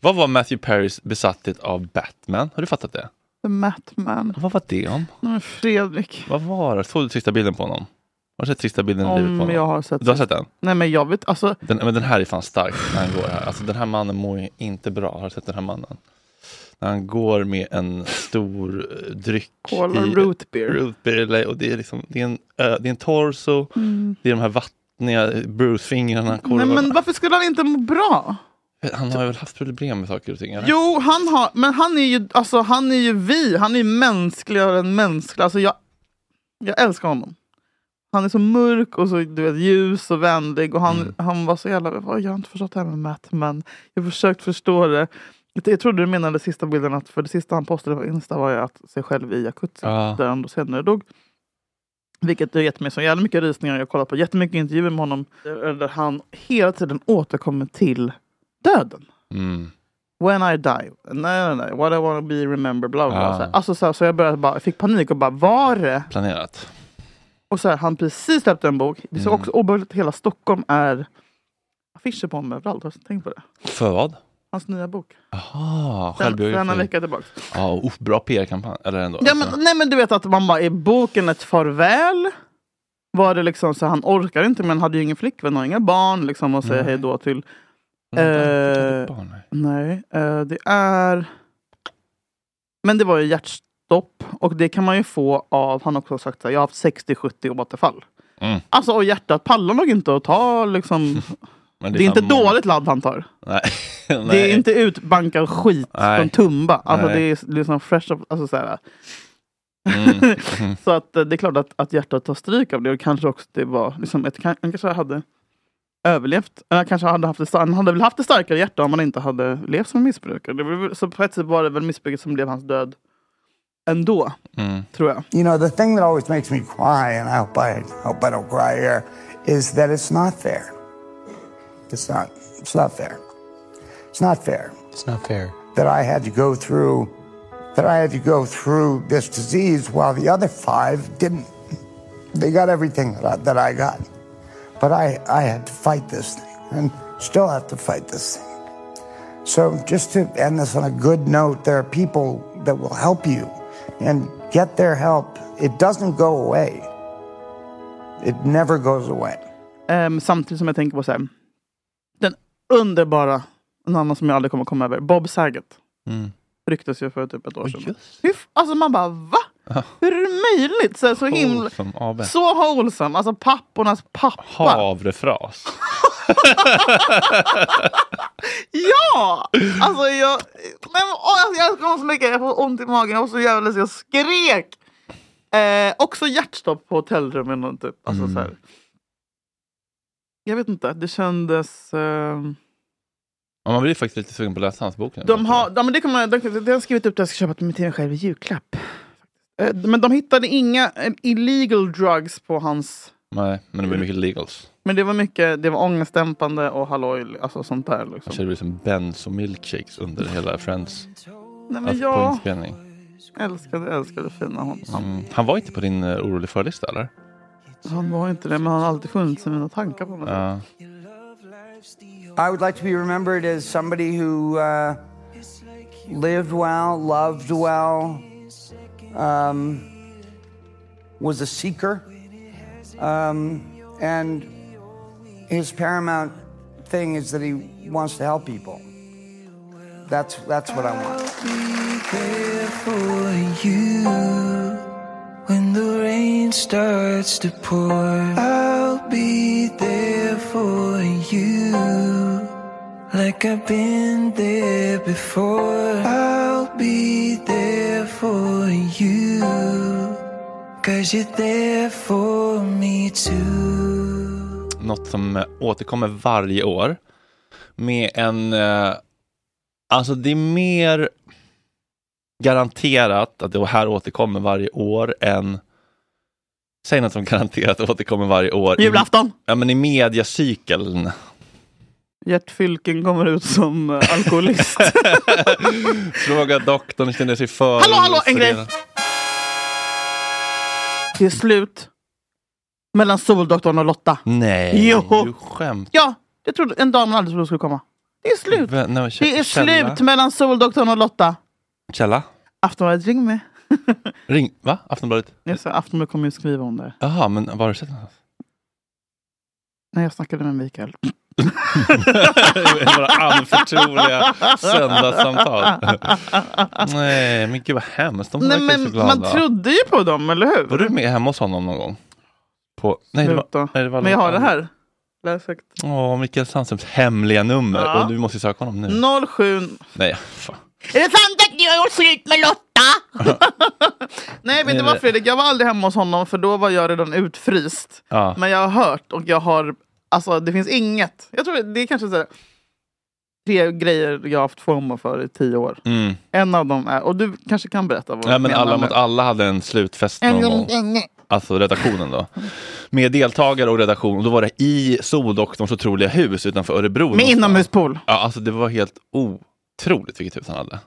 Speaker 3: Vad var Matthew Perrys besatthet av Batman? Har du fattat det?
Speaker 2: The Matman.
Speaker 3: Vad var det om?
Speaker 2: Nej, men Fredrik.
Speaker 3: Vad var det? Såg du sista bilden på honom? Har du sett sista bilden i livet på
Speaker 2: Om
Speaker 3: honom?
Speaker 2: jag har sett...
Speaker 3: Du har sett den?
Speaker 2: Nej men jag vet, alltså.
Speaker 3: Den, men den här är fan stark när han går här. Alltså den här mannen mår ju inte bra. Har du sett den här mannen? När han går med en stor eh, dryck.
Speaker 2: Cola
Speaker 3: i-
Speaker 2: root beer.
Speaker 3: Root beer eller- och det är liksom, det är en, ö, det är en torso. Det är de här vattniga Bruce-fingrarna.
Speaker 2: Nej,
Speaker 3: korvarna.
Speaker 2: men varför skulle han inte må bra?
Speaker 3: Han har väl haft problem med saker och ting? Eller?
Speaker 2: Jo, han har, men han är ju, alltså, han är ju vi. Han är ju mänskligare än mänsklig. Alltså, jag, jag älskar honom. Han är så mörk och så du vet, ljus och vänlig. Och han,
Speaker 3: Mm.
Speaker 2: han var så jävla... "Vad, Jag har inte förstått det här med Matt, men jag har försökt förstå det. Jag- Jag trodde du menade sista bilden, att för det sista han postade på Insta var ju att sig själv i jacuzzi,
Speaker 3: Ja.
Speaker 2: där han då senare dog. Vilket har gett mig så jävla mycket rysningar. Jag har kollat på jättemycket intervjuer med honom där där han hela tiden återkommer till döden.
Speaker 3: Mm.
Speaker 2: When I die, nej nej nej, what I wanna be remembered, bla bla.
Speaker 3: Ah.
Speaker 2: bla. Så, här, alltså, så, här, så jag började bara, fick panik och bara, var det?
Speaker 3: Planerat. Mm.
Speaker 2: Och så här, han precis släppte en bok. Det är så också obehagligt att hela Stockholm är affischer på honom överallt. Har du tänkt på det?
Speaker 3: För vad?
Speaker 2: Hans nya bok.
Speaker 3: Jaha,
Speaker 2: Den- För en
Speaker 3: självbiografi.
Speaker 2: vecka tillbaka.
Speaker 3: Ja, oh, bra PR-kampanj. Eller ändå. alltså.
Speaker 2: Ja, men, Eh. nej men du vet att man bara, är boken ett farväl? Var det liksom så han orkar inte men hade ju ingen flickvän och inga barn liksom att säga
Speaker 3: Nej.
Speaker 2: hej då till.
Speaker 3: Nej, det är
Speaker 2: Eh,
Speaker 3: inte barn, nej.
Speaker 2: nej, eh, det är... Men det var ju hjärtstopp och det kan man ju få av, han har också sagt så här, jag har haft 60-70 återfall.
Speaker 3: Mm.
Speaker 2: Alltså och hjärtat pallar nog inte att ta liksom,
Speaker 3: Men
Speaker 2: [LAUGHS] det är inte
Speaker 3: fan många-
Speaker 2: dåligt ladd han tar.
Speaker 3: Nej. [LAUGHS] nej.
Speaker 2: Det är inte utbankad skit
Speaker 3: Nej.
Speaker 2: från Tumba. Alltså
Speaker 3: Nej.
Speaker 2: det är liksom fresh, up- alltså så här.
Speaker 3: Mm.
Speaker 2: [LAUGHS] Så att eh, det är klart att, att hjärtat tar stryk av det och kanske också det var liksom ett, kan- han kanske hade överlevt. Eller han kanske hade haft ett, star- han hade väl haft ett starkare hjärta om han inte hade levt som en missbrukare. Det var, väl- så på ett sätt var det väl missbruket som blev hans död ändå,
Speaker 3: Mm.
Speaker 2: tror jag.
Speaker 9: You know, the thing that always makes me cry, and I hope I, hope I don't cry here, is that it's not fair. It's not. It's not fair. It's not fair
Speaker 10: It's not fair.
Speaker 9: that I had to go through that I had to go through this disease while the other five didn't. They got everything that I, that I got, but I I had to fight this thing and still have to fight this thing. So just to end this on a good note, there are people that will help you, and get their help. It doesn't go away. It never goes away.
Speaker 2: Ehm, samtidigt som jag tänker på så här, den underbara, en annan som jag aldrig kommer komma över, Bob Saget.
Speaker 3: Mm.
Speaker 2: Ryktas ju för typ ett år sedan. Hur, f- alltså man bara va?
Speaker 3: Ja.
Speaker 2: Hur är det möjligt? Så, här, så himla...
Speaker 3: Wholesome AB.
Speaker 2: Så wholesome. Alltså pappornas pappa.
Speaker 3: Havrefras.
Speaker 2: Ja! Alltså jag... Nej, men, åh, alltså, jag älskar honom så mycket. Jag får ont i magen. Jag var så jävla så jag skrek. Eh, också hjärtstopp på hotellrummen. Och typ. alltså,
Speaker 3: Mm.
Speaker 2: så här. Jag vet inte. Det kändes... ehm,
Speaker 3: Ja, man blir faktiskt lite sugen på att läsa hans bok. nu.
Speaker 2: De har, ja, men det kommer, jag- de, de, har skrivit upp det jag ska köpa till mig till mig själv i julklapp. Eh, Men de hittade inga eh, illegal drugs på hans...
Speaker 3: Nej, men det blir mycket legals.
Speaker 2: Men det var mycket, det var ångestdämpande och halloj, alltså sånt där.
Speaker 3: Jag
Speaker 2: Liksom.
Speaker 3: känner det blir som Benz och milkshakes under hela Friends.
Speaker 2: Nej,
Speaker 3: Alltså,
Speaker 2: men
Speaker 3: på
Speaker 2: jag
Speaker 3: inspelning.
Speaker 2: älskade, älskade fina honom.
Speaker 3: Mm. Han var inte på din eh, orolig förlista eller?
Speaker 2: Han var inte det, men han har alltid funnits i mina tankar på något sätt.
Speaker 3: Ja.
Speaker 10: I would like to be remembered as somebody who uh, lived well, loved well, um, was a seeker. Um, and his paramount thing is that he wants to help people. That's, that's what I want.
Speaker 11: for you when the rain starts to pour. I'll be there for you like I've been there before. I'll be there for you cause you're there for me too.
Speaker 3: Något som eh, återkommer varje år. Med en... Eh, alltså det är mer garanterat att det här återkommer varje år än... Säg något som garanterat återkommer varje år. i-
Speaker 2: Julafton!
Speaker 3: Ja, men i mediacykeln.
Speaker 2: Gert Fylking kommer ut som eh, alkoholist.
Speaker 3: Fråga doktorn, känner sig för...
Speaker 2: Hallå, hallå, en grej! Det är slut mellan Soldoktorn och Lotta.
Speaker 3: Nej,
Speaker 2: Jo.
Speaker 3: du skämtar.
Speaker 2: Ja, jag trodde en dag man aldrig trodde skulle komma. Det är slut!
Speaker 3: Vä- nej, men kä-
Speaker 2: Det är
Speaker 3: källa.
Speaker 2: slut mellan Soldoktorn och Lotta.
Speaker 3: Källa?
Speaker 2: Aftonbladet ring mig.
Speaker 3: Ring, va? Aftonbladet?
Speaker 2: Jag sa, Aftonbladet kommer ju skriva om det.
Speaker 3: Jaha, men var har du sett någonstans?
Speaker 2: Nej, jag snackade med Mikael.
Speaker 3: Mm, [LAUGHS] Våra anförtroliga söndagssamtal. Nej, men gud vad hemskt. De
Speaker 2: Nej,
Speaker 3: verkar ju så
Speaker 2: men
Speaker 3: glada.
Speaker 2: man trodde ju på dem, eller hur?
Speaker 3: Var du med hemma hos honom någon gång? På... Nej, det var...
Speaker 2: Sluta.
Speaker 3: nej, det var...
Speaker 2: Men jag har det här. Läs högt.
Speaker 3: Åh, Mikael Sandströms hemliga nummer.
Speaker 2: Ja.
Speaker 3: Och du måste ju söka honom nu.
Speaker 2: 07...
Speaker 3: Nej, fan.
Speaker 2: Är det sant att ni har gjort slut med Lotta? [LAUGHS] Nej, men det var Fredrik. Jag var aldrig hemma hos honom för då var jag redan utfryst.
Speaker 3: Ja.
Speaker 2: Men jag har hört och jag har... Alltså, det finns inget. Jag tror det är kanske så här, tre grejer jag har haft fomo för i tio år.
Speaker 3: Mm.
Speaker 2: En av dem är... Och du kanske kan berätta vad
Speaker 3: Nej,
Speaker 2: du
Speaker 3: men
Speaker 2: menar
Speaker 3: alla mot
Speaker 2: med-
Speaker 3: alla hade en slutfest
Speaker 2: En
Speaker 3: någon
Speaker 2: gång.
Speaker 3: gång. Alltså redaktionen då. Med deltagare och redaktion. Och då var det i Soldoktorns otroliga hus utanför Örebro.
Speaker 2: Med
Speaker 3: någonstans.
Speaker 2: inomhuspool.
Speaker 3: Ja, alltså det var helt otroligt vilket hus han hade.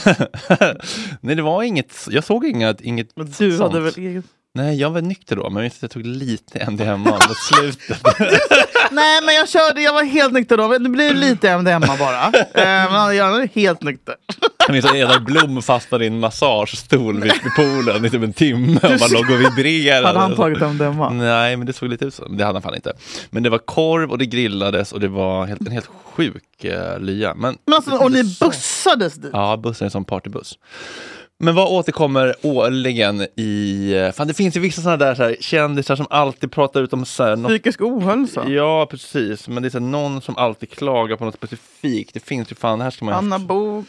Speaker 3: [LAUGHS] Nej, det var inget. Jag såg inget, inget
Speaker 2: Du
Speaker 3: sånt.
Speaker 2: hade väl eget...
Speaker 3: Nej, jag var nykter då, men jag minns att jag tog lite MDMA mot slutet. [LAUGHS]
Speaker 2: Nej, men jag körde, jag var helt nykter då. Men Det blir lite MDMA
Speaker 3: [LAUGHS]
Speaker 2: bara. Eh, Men jag är helt nykter.
Speaker 3: Jag minns att Edvard Blom fastnade i en massagestol vid vid poolen i typ en timme och bara låg och vibrerade.
Speaker 2: Hade han tagit MDMA?
Speaker 3: Nej, men det såg lite ut så. Men Det hade han fan inte. Men det var korv och det grillades och det var helt, en helt sjuk eh, lya. Men,
Speaker 2: Men alltså, och ni bussades dit.
Speaker 3: Ja, bussen är som partybuss. Men vad återkommer årligen i... eh, Fan, det finns ju vissa sådana där så här, kändisar som alltid pratar ut om... Så här, något-
Speaker 2: Psykisk ohälsa.
Speaker 3: Ja, precis. Men det är så här, någon som alltid klagar på något specifikt. Det finns ju fan, här ska man...
Speaker 2: Anna Bok.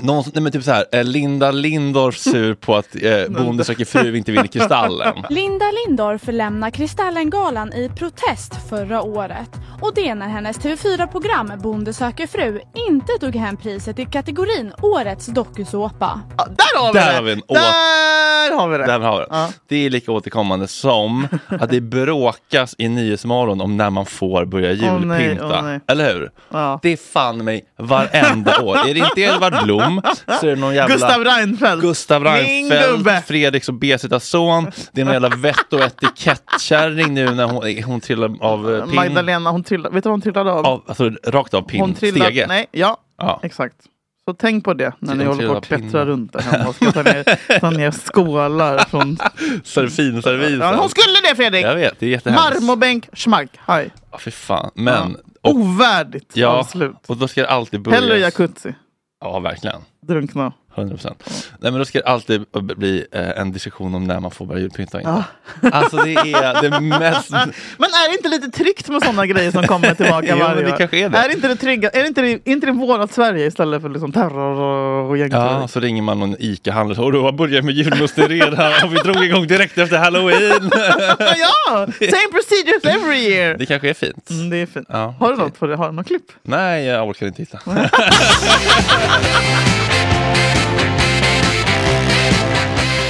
Speaker 3: Någon, som- nej men typ så här, eh, Linda Lindorff sur på
Speaker 2: [LAUGHS]
Speaker 3: att eh, Bonde söker fru inte vinner Kristallen.
Speaker 12: Linda Lindorff lämnar Kristallengalan i protest förra året. Och det när hennes TV4-program Bonde söker fru inte tog hem priset i kategorin Årets dokusåpa.
Speaker 2: Där har vi
Speaker 3: Där
Speaker 2: det!
Speaker 3: har vi en å-
Speaker 2: Där har vi det!
Speaker 3: Där har vi det.
Speaker 2: Ja.
Speaker 3: det är lika återkommande
Speaker 2: [LAUGHS]
Speaker 3: som att det bråkas i Nyhetsmorgon om när man får börja
Speaker 2: Åh, nej,
Speaker 3: julpynta.
Speaker 2: åh, nej.
Speaker 3: Eller hur?
Speaker 2: Ja.
Speaker 3: Det är fan mig
Speaker 2: [LAUGHS]
Speaker 3: varenda år. Är det inte Edvard Blom så är det någon jävla...
Speaker 2: Gustav Reinfeldt.
Speaker 3: Gustav
Speaker 2: Min gubbe.
Speaker 3: Reinfeldt, Fredriks och Besitas son. Det är någon jävla vett och etikettkärring nu när hon, hon trillar av eh, pinn.
Speaker 2: Magdalena, hon trillade, vet du vad hon trillade av?
Speaker 3: Av, alltså rakt av pinn.
Speaker 2: hon trillade,
Speaker 3: Stege.
Speaker 2: Nej, ja,
Speaker 3: Ja.
Speaker 2: exakt. Så tänk på det när
Speaker 3: Hon
Speaker 2: ni håller
Speaker 3: trillade
Speaker 2: på
Speaker 3: av
Speaker 2: att klättra
Speaker 3: pinnen.
Speaker 2: runt där hemma och ska ta ner, ta ner skålar
Speaker 3: [LAUGHS]
Speaker 2: från...
Speaker 3: Serfinservisen.
Speaker 2: Ja, hon skulle det Fredrik!
Speaker 3: Jag vet, det är jättehemskt.
Speaker 2: Marmorbänk, schmack, haj.
Speaker 3: Ja, fy fan. Men,
Speaker 2: Ovärdigt
Speaker 3: ja,
Speaker 2: Oh,
Speaker 3: Oh,
Speaker 2: avslut.
Speaker 3: och då ska det alltid börja...
Speaker 2: Hellre jacuzzi.
Speaker 3: Ja, verkligen.
Speaker 2: Drunkna.
Speaker 3: 100 procent. Nej, men då ska det alltid bli eh, en diskussion om när man får börja julpynta.
Speaker 2: Ja.
Speaker 3: [LAUGHS] Alltså det är det mest...
Speaker 2: Men är det inte lite tryggt med sådana grejer som kommer tillbaka
Speaker 3: [LAUGHS] Jo, men
Speaker 2: varje
Speaker 3: det
Speaker 2: år?
Speaker 3: kanske är det.
Speaker 2: Är inte det, trygga, är det, inte det, inte det vårat Sverige istället för liksom terror och- och gängterror?
Speaker 3: Ja, så ringer man någon ICA-handlare och du har börjat med julmusten redan och vi drog igång direkt efter
Speaker 2: [LAUGHS]
Speaker 3: halloween.
Speaker 2: [LAUGHS] ja! Same procedures every year!
Speaker 3: Det kanske är fint.
Speaker 2: Mm, det är fint.
Speaker 3: Ja.
Speaker 2: Har du något på det? Har du något klipp?
Speaker 3: Nej, jag orkar inte hitta.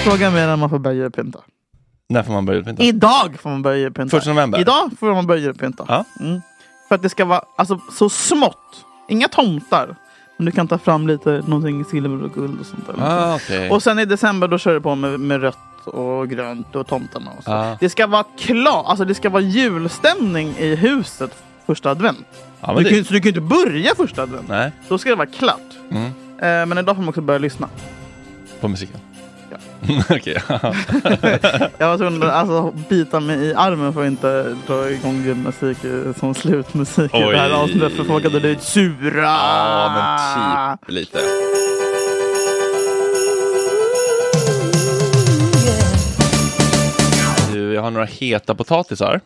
Speaker 2: Fråga mig när man får börja julpynta.
Speaker 3: [LAUGHS] när får man börja julpynta?
Speaker 2: Idag får man börja julpynta.
Speaker 3: Första november?
Speaker 2: Idag får man börja julpynta.
Speaker 3: Ja.
Speaker 2: Mm. För att det ska vara alltså, så smått. Inga tomtar. Men du kan ta fram lite någonting i silver och guld och sånt där.
Speaker 3: Ah, okej.
Speaker 2: Och sen i december då kör du på med, med rött och grönt och tomtarna och så.
Speaker 3: Ah.
Speaker 2: Det ska vara klar, alltså det ska vara julstämning i huset första advent.
Speaker 3: Ja, men
Speaker 2: du,
Speaker 3: det-
Speaker 2: kan, ju inte- du kan ju inte börja första advent.
Speaker 3: Nej.
Speaker 2: Då ska det vara klart.
Speaker 3: Mm.
Speaker 2: Eh, men idag får man också börja lyssna.
Speaker 3: På musiken?
Speaker 2: Ja.
Speaker 3: [LAUGHS] Okej.
Speaker 2: Jag var tvungen att alltså, bita mig i armen för att inte dra igång din musik eh, som slutmusik i det här
Speaker 3: Oj.
Speaker 2: avsnittet. För folk hade blivit sura. Ah.
Speaker 3: Ja, men typ lite. Du, jag har några heta potatisar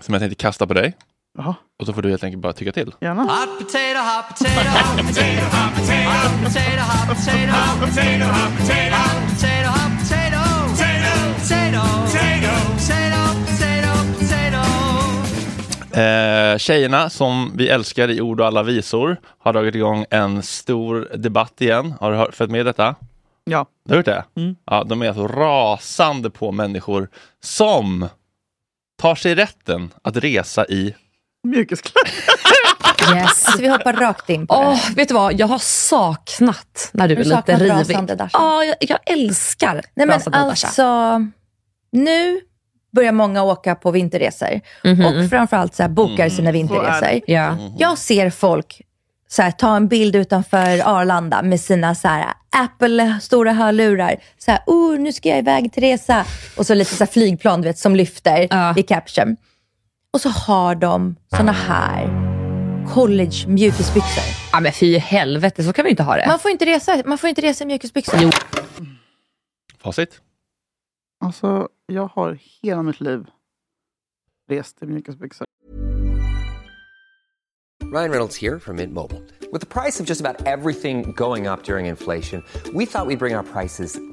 Speaker 3: som jag tänkte kasta på dig.
Speaker 2: Jaha.
Speaker 3: Och så får du helt enkelt bara tycka till.
Speaker 2: Gärna.
Speaker 11: Hot potato, hot potato, hot potato, hot potato, hot potato, hot potato, hot potato, hot potato, hot potato, hot potato, potato, potato, potato, potato, potato.
Speaker 3: Eh, tjejerna som vi älskar i ord och alla visor har dragit igång en stor debatt igen. Har du hört- följt med i detta?
Speaker 2: Ja.
Speaker 3: Du har gjort det?
Speaker 2: Mm.
Speaker 3: Ja, de är alltså rasande på människor som tar sig rätten att resa i [LAUGHS]
Speaker 2: Mjukisklart.
Speaker 13: Yes. Alltså, vi hoppar rakt in på det. Vet du vad, jag har saknat när
Speaker 14: du är lite rivig.
Speaker 13: Ja, jag, jag älskar
Speaker 14: Nej men
Speaker 13: brasande dacha.
Speaker 14: alltså, nu börjar många åka på vinterresor.
Speaker 13: Mhm.
Speaker 14: Och framförallt så här, bokar sina Mm.
Speaker 13: Så är
Speaker 14: vinterresor.
Speaker 13: det. Ja. Mhm.
Speaker 14: Jag ser folk så här, ta en bild utanför Arlanda med sina så här, Apple stora hörlurar. Så här, oh, nu ska jag iväg till resa. Och så lite så här, flygplan du vet, som lyfter i caption. Och så har de såna här college mjukisbyxor.
Speaker 13: Ja, men fy i helvete, så kan vi inte ha det.
Speaker 14: Man får inte resa, man får inte resa i mjukisbyxor. Jo.
Speaker 3: facit.
Speaker 2: Alltså, jag har hela mitt liv rest i mjukisbyxor.
Speaker 15: Ryan Reynolds here from Mint Mobile. With the price of just about everything going up during inflation, we thought we'd bring our prices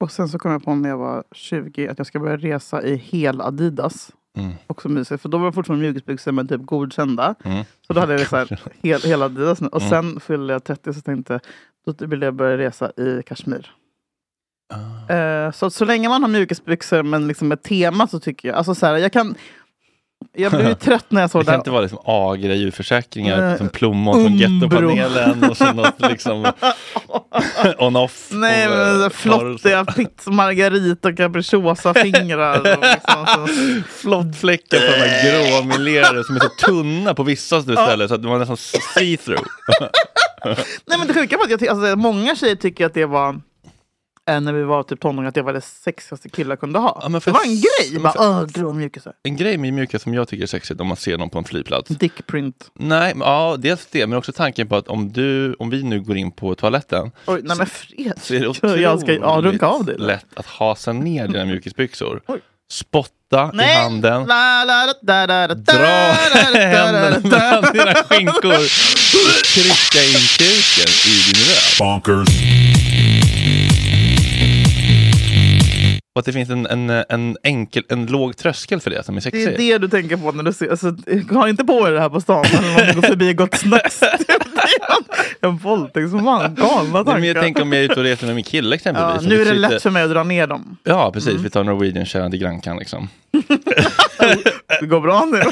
Speaker 2: och sen så kom jag på när jag var 20 att jag ska börja resa i hel Adidas.
Speaker 11: Mm.
Speaker 2: Också mysigt, för då var det fortfarande mjukisbyxor men typ godkända.
Speaker 11: Mm.
Speaker 2: Så då hade jag det så
Speaker 11: [LAUGHS]
Speaker 2: här, hel, hela Adidas. nu. Och
Speaker 11: Mm.
Speaker 2: sen fyllde jag 30 så tänkte jag, då vill jag börja resa i Kashmir.
Speaker 11: Ah.
Speaker 2: Eh, så, så länge man har mjukisbyxor men liksom med tema så tycker jag, alltså så här, jag kan... Jag
Speaker 11: [LAUGHS]
Speaker 2: blev ju trött när jag såg
Speaker 3: Det
Speaker 2: det.
Speaker 3: kan
Speaker 2: här.
Speaker 3: inte vara liksom agra djurförsäkringar,
Speaker 2: Nej.
Speaker 3: som plommon från
Speaker 2: Umbro.
Speaker 3: gettopanelen och sen något [LAUGHS] liksom on-off.
Speaker 2: Nej,
Speaker 3: eh, alltså,
Speaker 2: men flottiga pizza, margarita och capricciosa-fingrar.
Speaker 3: [LAUGHS]
Speaker 2: och liksom, så-
Speaker 3: Flottfläckar på de här gråmelerade som är så tunna på vissa ställen så att man nästan see-through.
Speaker 2: Nej men det sjuka var att jag ty- alltså, många tjejer tycker att det var eh, när vi var typ tonåringar att det var det sexigaste killar kunde ha. det var en grej! Bara, "Åh, grå mjukisar.
Speaker 3: En grej med mjuka som jag tycker är sexigt om man ser någon på en flygplats.
Speaker 2: Dickprint.
Speaker 3: Nej, men, ja, dels det, men också tanken på att om, du, om vi nu går in på toaletten
Speaker 2: Oj, nej men
Speaker 3: så är [LAUGHS] det
Speaker 2: Fredrik. Jag ska ja,
Speaker 3: otroligt
Speaker 2: runka av dig.
Speaker 3: lätt att hasa ner dina mjukisbyxor. Spotta i
Speaker 2: Nej!
Speaker 3: handen.
Speaker 2: La, la, la, da, da, da, da,
Speaker 3: Dra
Speaker 2: da,
Speaker 3: [LAUGHS]
Speaker 2: da, da, da,
Speaker 3: händerna
Speaker 2: da.
Speaker 3: mellan dina skinkor och trycka in kuken i din röv. Och att det finns en, en, en, enkel, en låg tröskel för det som är
Speaker 2: Det är
Speaker 3: sexigt.
Speaker 2: det du tänker på när du ser, alltså, ha inte på er det här på stan när man går förbi Gott Snacks. [LAUGHS] Det är en- En våldtäktsman,
Speaker 3: Nej,
Speaker 2: galna
Speaker 3: men jag tänker
Speaker 2: tankar.
Speaker 3: om jag är ute och reser med min kille
Speaker 2: Ja,
Speaker 3: exempelvis. och
Speaker 2: nu
Speaker 3: vi
Speaker 2: är det
Speaker 3: sitter-
Speaker 2: lätt för Mm. mig att dra ner dem.
Speaker 3: Ja, precis. Vi tar Norwegian-kärran till Grankan liksom.
Speaker 2: Det går bra nu.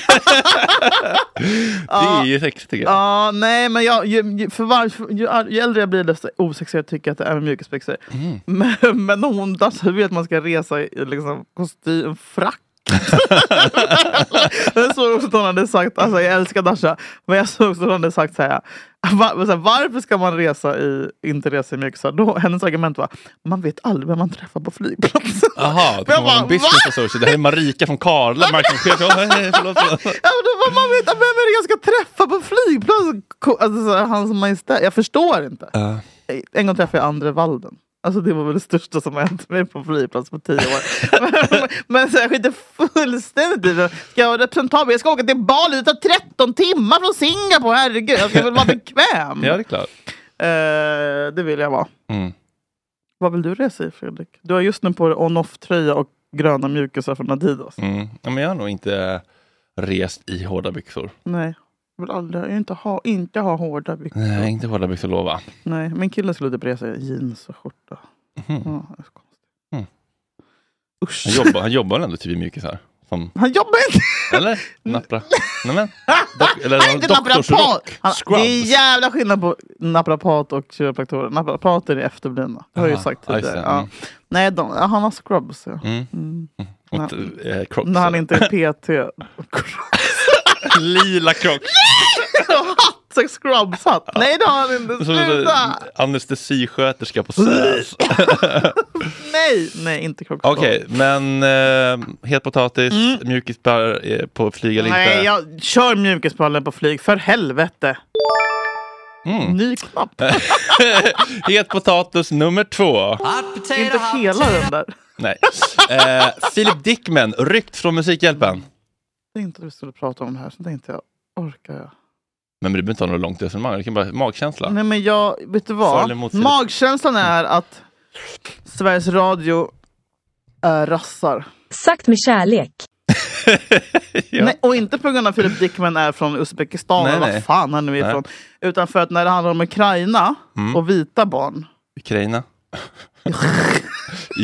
Speaker 3: Det är ju sexigt tycker jag.
Speaker 2: Ja, nej men jag, ju, ju, för var, ju, ar- ju äldre jag blir desto osexigare tycker jag att det är med mjukisbyxor. Men, [LAUGHS] men hon dansar vet att man ska resa i liksom, kostym, frack. [LAUGHS] jag såg också att hon hade sagt, alltså jag älskar Dasha, men jag såg också att hon hade sagt så här, va- så här varför ska man resa i, inte resa i mjukisar? Då- Hennes argument var, man vet aldrig vem man träffar på [LAUGHS] flygplatsen.
Speaker 3: Jaha, det kommer vara en
Speaker 2: bara,
Speaker 3: business associate. Det här är Marika från Karla, marknadschef. Ja, hej, hej, förlåt, förlåt.
Speaker 2: Ja, men då får man veta vem är det jag ska träffa på flygplatsen? Ko- Alltså, så här, hans majestät. Jag förstår inte.
Speaker 3: Ja.
Speaker 2: En gång träffade jag Andre Walden. Alltså det var väl det största som har hänt mig på flygplats på tio år. men, [LAUGHS] men så jag skiter fullständigt i det. Ska jag vara representabel? Jag ska åka till Bali, det tar 13 timmar från Singapore, herregud. Jag ska väl vara
Speaker 3: [LAUGHS]
Speaker 2: bekväm.
Speaker 3: Ja, det är klart.
Speaker 2: Eh, det vill jag vara.
Speaker 3: Mm.
Speaker 2: Vad vill du resa i Fredrik? Du har just nu på dig on-off-tröja och gröna mjukisar från Adidas.
Speaker 3: Mm. Ja, men jag har nog inte rest i hårda byxor.
Speaker 2: Nej, jag vill aldrig inte ha, inte ha hårda byxor.
Speaker 3: Nej, inte hårda byxor lova.
Speaker 2: Nej, min kille skulle typ resa i jeans och skjorta.
Speaker 3: Mhm.
Speaker 2: Ja, det är så konstigt.
Speaker 3: Mm.
Speaker 2: Usch.
Speaker 3: Han jobbar, han jobbar ändå typ i mjukisar. Som,
Speaker 2: Han jobbar inte!
Speaker 3: eller? Nappra. Nej,
Speaker 2: [LAUGHS]
Speaker 3: men. Dok, eller,
Speaker 2: Han är inte naprapat!
Speaker 3: doktorsrock.
Speaker 2: Han- Det är
Speaker 3: Scrubs.
Speaker 2: jävla skillnad på naprapat och kiropraktorer. Naprapater är efterblivna. Det har jag ju
Speaker 3: Aha,
Speaker 2: sagt
Speaker 3: ja, just
Speaker 2: tidigare.
Speaker 3: det.
Speaker 2: Ja.
Speaker 3: Mm.
Speaker 2: Nej, de, ja, han har scrubs. Ja.
Speaker 3: Mm. Och, eh, Crocs,
Speaker 2: När han
Speaker 3: eller?
Speaker 2: inte är
Speaker 3: [LAUGHS]
Speaker 2: PT.
Speaker 3: Lila crocs.
Speaker 2: Hatt! så Scrubs-hatt! Nej, det har han inte.
Speaker 3: Som- som-
Speaker 2: Sluta!
Speaker 3: Anestesisköterska på SÖS.
Speaker 2: Nej, nej, inte crocs.
Speaker 3: Okej, men eh, het potatis, mjukisbär eh, på flyg eller inte?
Speaker 2: Mm. Nej, jag kör mjukisbollen på flyg. För helvete!
Speaker 3: Mm.
Speaker 2: Ny
Speaker 3: [LAUGHS]
Speaker 2: knapp.
Speaker 3: Äh. het potatis nummer två.
Speaker 2: Inte hela den där.
Speaker 3: Nej. Eh, Philip Dickman, ryckt från Musikhjälpen.
Speaker 2: Jag tänkte att vi skulle prata om det här, så tänkte jag, orkar jag?
Speaker 3: Men du behöver inte ha något långt resonemang, du kan bara magkänsla.
Speaker 2: Nej men jag, vet du
Speaker 3: Sorglig
Speaker 2: vad?
Speaker 3: motsättning.
Speaker 2: Magkänslan är att Sveriges Radio är äh, rassar.
Speaker 16: Sagt med kärlek.
Speaker 2: Nej, och inte på grund av att Filip Dickman är från Uzbekistan,
Speaker 3: Nej,
Speaker 2: eller
Speaker 3: nej.
Speaker 2: vad fan han nu är
Speaker 3: Nej.
Speaker 2: ifrån. Utan för att när det handlar om Ukraina
Speaker 3: Mm.
Speaker 2: och vita barn.
Speaker 3: [LAUGHS] Ukraina.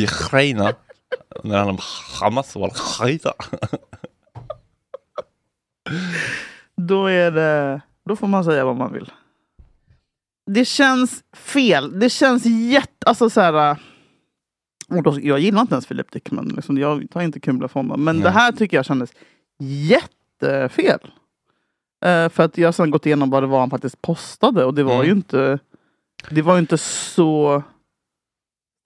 Speaker 3: Ukraina. När det handlar om Hamas och Al-Qaida.
Speaker 2: Då, är det, då får man säga vad man vill. Det känns fel. Det känns jätte... Alltså så här, äh, och då, jag gillar inte ens Filip Dickman. Liksom, jag tar inte Kumla för honom. Men
Speaker 3: Nej.
Speaker 2: det här tycker jag kändes jättefel. Eh, för att jag har sen gått igenom vad det var han faktiskt postade och det
Speaker 3: Mm.
Speaker 2: var ju inte... Det var ju inte så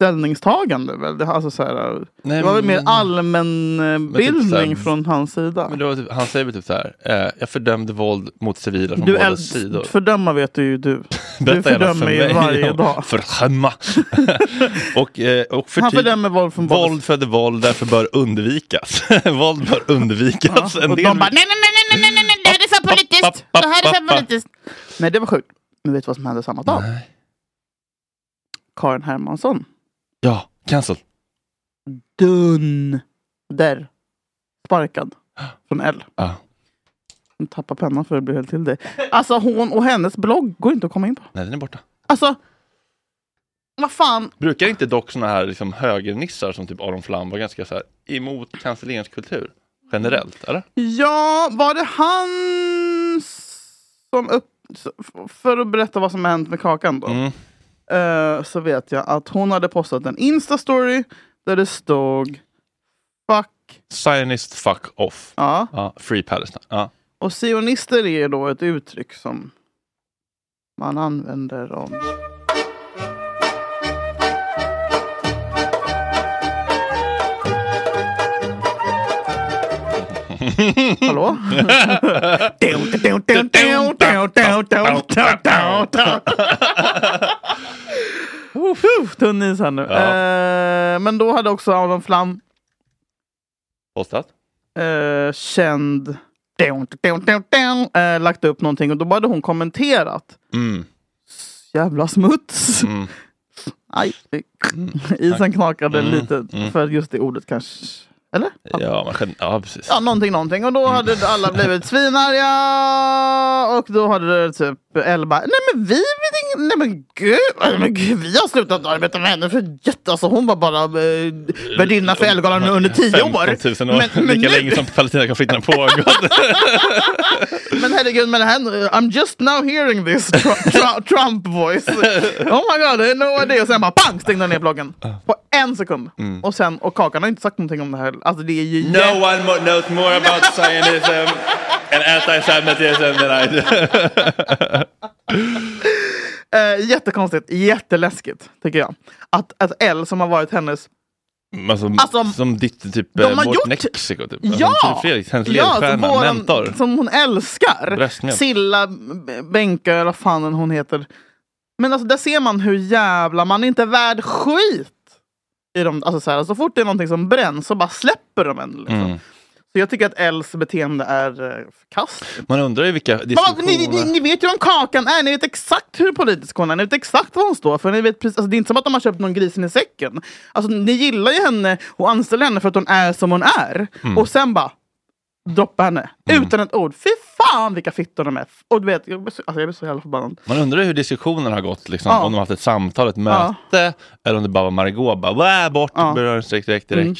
Speaker 2: ställningstagande väl? Det, alltså så här, äh,
Speaker 3: Nej,
Speaker 2: det var väl mer
Speaker 3: men- Mm. Men typ så här-
Speaker 2: allmänbildning från hans sida.
Speaker 3: Men det var typ, han säger väl typ så här. Eh, jag fördömde våld mot civila från
Speaker 2: Du
Speaker 3: båda
Speaker 2: är,
Speaker 3: sidor.
Speaker 2: fördöma vet du ju du. Du
Speaker 3: Berätta gärna för
Speaker 2: fördömer ju
Speaker 3: mig
Speaker 2: varje
Speaker 3: om
Speaker 2: dag.
Speaker 3: Fördöma. [LAUGHS] och, eh, och för
Speaker 2: Han fördömer våld från båda
Speaker 3: Våld föder våld, därför bör undvikas. [LAUGHS] våld bör undvikas. en
Speaker 2: Och
Speaker 3: del...
Speaker 2: de bara, nej, nej, nej, nej, nej, nej, nej, det här är så politiskt. Det här är så politiskt. Nej, det var sjukt. Men vet du vad som hände samma dag? Karin Hermansson.
Speaker 3: Ja, cancel.
Speaker 2: Dunder. Sparkad. Från L.
Speaker 3: Ja.
Speaker 2: Hon tappar pennan för att bli helt till dig. Alltså hon och hennes blogg går inte att komma in på.
Speaker 3: Nej, den är borta.
Speaker 2: Alltså. Vad fan.
Speaker 3: Brukar inte dock såna här liksom, högernissar som typ Aron Flam vara ganska så här, emot cancelleringskultur? Generellt, eller?
Speaker 2: Ja, var det han som upp... För att berätta vad som har hänt med Kakan då.
Speaker 3: Mm.
Speaker 2: Eh, så vet jag att hon hade postat en Insta-story där det stod Fuck.
Speaker 3: Zionist fuck off.
Speaker 2: Ja.
Speaker 3: free Palestine. Ja.
Speaker 2: Och sionister är då ett uttryck som man använder om... Hallå? Uff, uff, Tunn is här nu.
Speaker 3: Ja.
Speaker 2: Eh, men då hade också Adam Flam
Speaker 3: Postat?
Speaker 2: eh, känd eh, lagt upp någonting och då hade hon kommenterat.
Speaker 3: Mm.
Speaker 2: Jävla smuts.
Speaker 3: Mm.
Speaker 2: [LAUGHS] Aj, [LAUGHS] isen knakade
Speaker 3: Mm,
Speaker 2: lite
Speaker 3: mm.
Speaker 2: för just det ordet kanske. Eller?
Speaker 3: Ja, men, gen- ja, precis.
Speaker 2: Ja, någonting, någonting. Och då hade alla blivit svinarga. Och då hade det typ Elle bara, nej men vi, vet ing- nej men gud, nej men gud, vi har slutat arbeta med henne för jätte, alltså hon var bara eh, värdinna för Ellegalan under tio år.
Speaker 3: 15 000 år,
Speaker 2: Men, men,
Speaker 3: lika
Speaker 2: nu,
Speaker 3: länge som Palestinakonflikten har
Speaker 2: [LAUGHS]
Speaker 3: pågått.
Speaker 2: men herregud, men han, I'm just now hearing this
Speaker 3: [LAUGHS]
Speaker 2: Tru- Tru- Trump voice. Oh my god, I had no idea. Och sen bara pang, stängde han ner bloggen. På en sekund.
Speaker 3: Mm.
Speaker 2: Och sen, och Kakan har inte sagt någonting om det här. Alltså det är ju
Speaker 3: no one mo- knows more about Zionism and anti-Semitism than I do.
Speaker 2: Eh, jättekonstigt, jätteläskigt tycker jag. Att, att L som har varit hennes...
Speaker 3: [LAUGHS] Alltså,
Speaker 2: Alltså,
Speaker 3: som ditt typ,
Speaker 2: de
Speaker 3: eh,
Speaker 2: har
Speaker 3: vårt
Speaker 2: gjort-
Speaker 3: Mexiko. Typ.
Speaker 2: Ja!
Speaker 3: Alltså, Fredrik, hennes
Speaker 2: Ja,
Speaker 3: ledstjärna,
Speaker 2: våran-
Speaker 3: mentor.
Speaker 2: som hon älskar.
Speaker 3: Bröstmjölk.
Speaker 2: Silla B- Bänke eller vad fan hon heter. Men alltså där ser man hur jävla man är inte är värd skit. I de, alltså, så, här, så fort det är någonting som bränns så bara släpper de en. Liksom.
Speaker 3: Mm.
Speaker 2: Så jag tycker att Els beteende är eh, förkastligt.
Speaker 3: Man undrar ju vilka
Speaker 2: Men vad- Ni, ni,
Speaker 3: diskussioner...
Speaker 2: ni vet ju om Kakan är, ni vet exakt hur politisk hon är, ni vet exakt vad hon står för. Ni vet precis, alltså, det är inte som att de har köpt någon grisen i säcken. Alltså, ni gillar ju henne och anställer henne för att hon är som hon är.
Speaker 3: Mm.
Speaker 2: Och sen bara droppa henne utan ett ord. Fy fan vilka fittor de är! Och du vet, jag blir så, alltså, jag blir så jävla förbannad.
Speaker 3: Man undrar hur diskussionerna har gått, liksom,
Speaker 2: Ja.
Speaker 3: om de har haft ett samtal, ett möte, eller om det bara var Margot bara "Wah, bort,
Speaker 2: Ja.
Speaker 3: beröringsskräck direkt, direkt.
Speaker 2: Mm.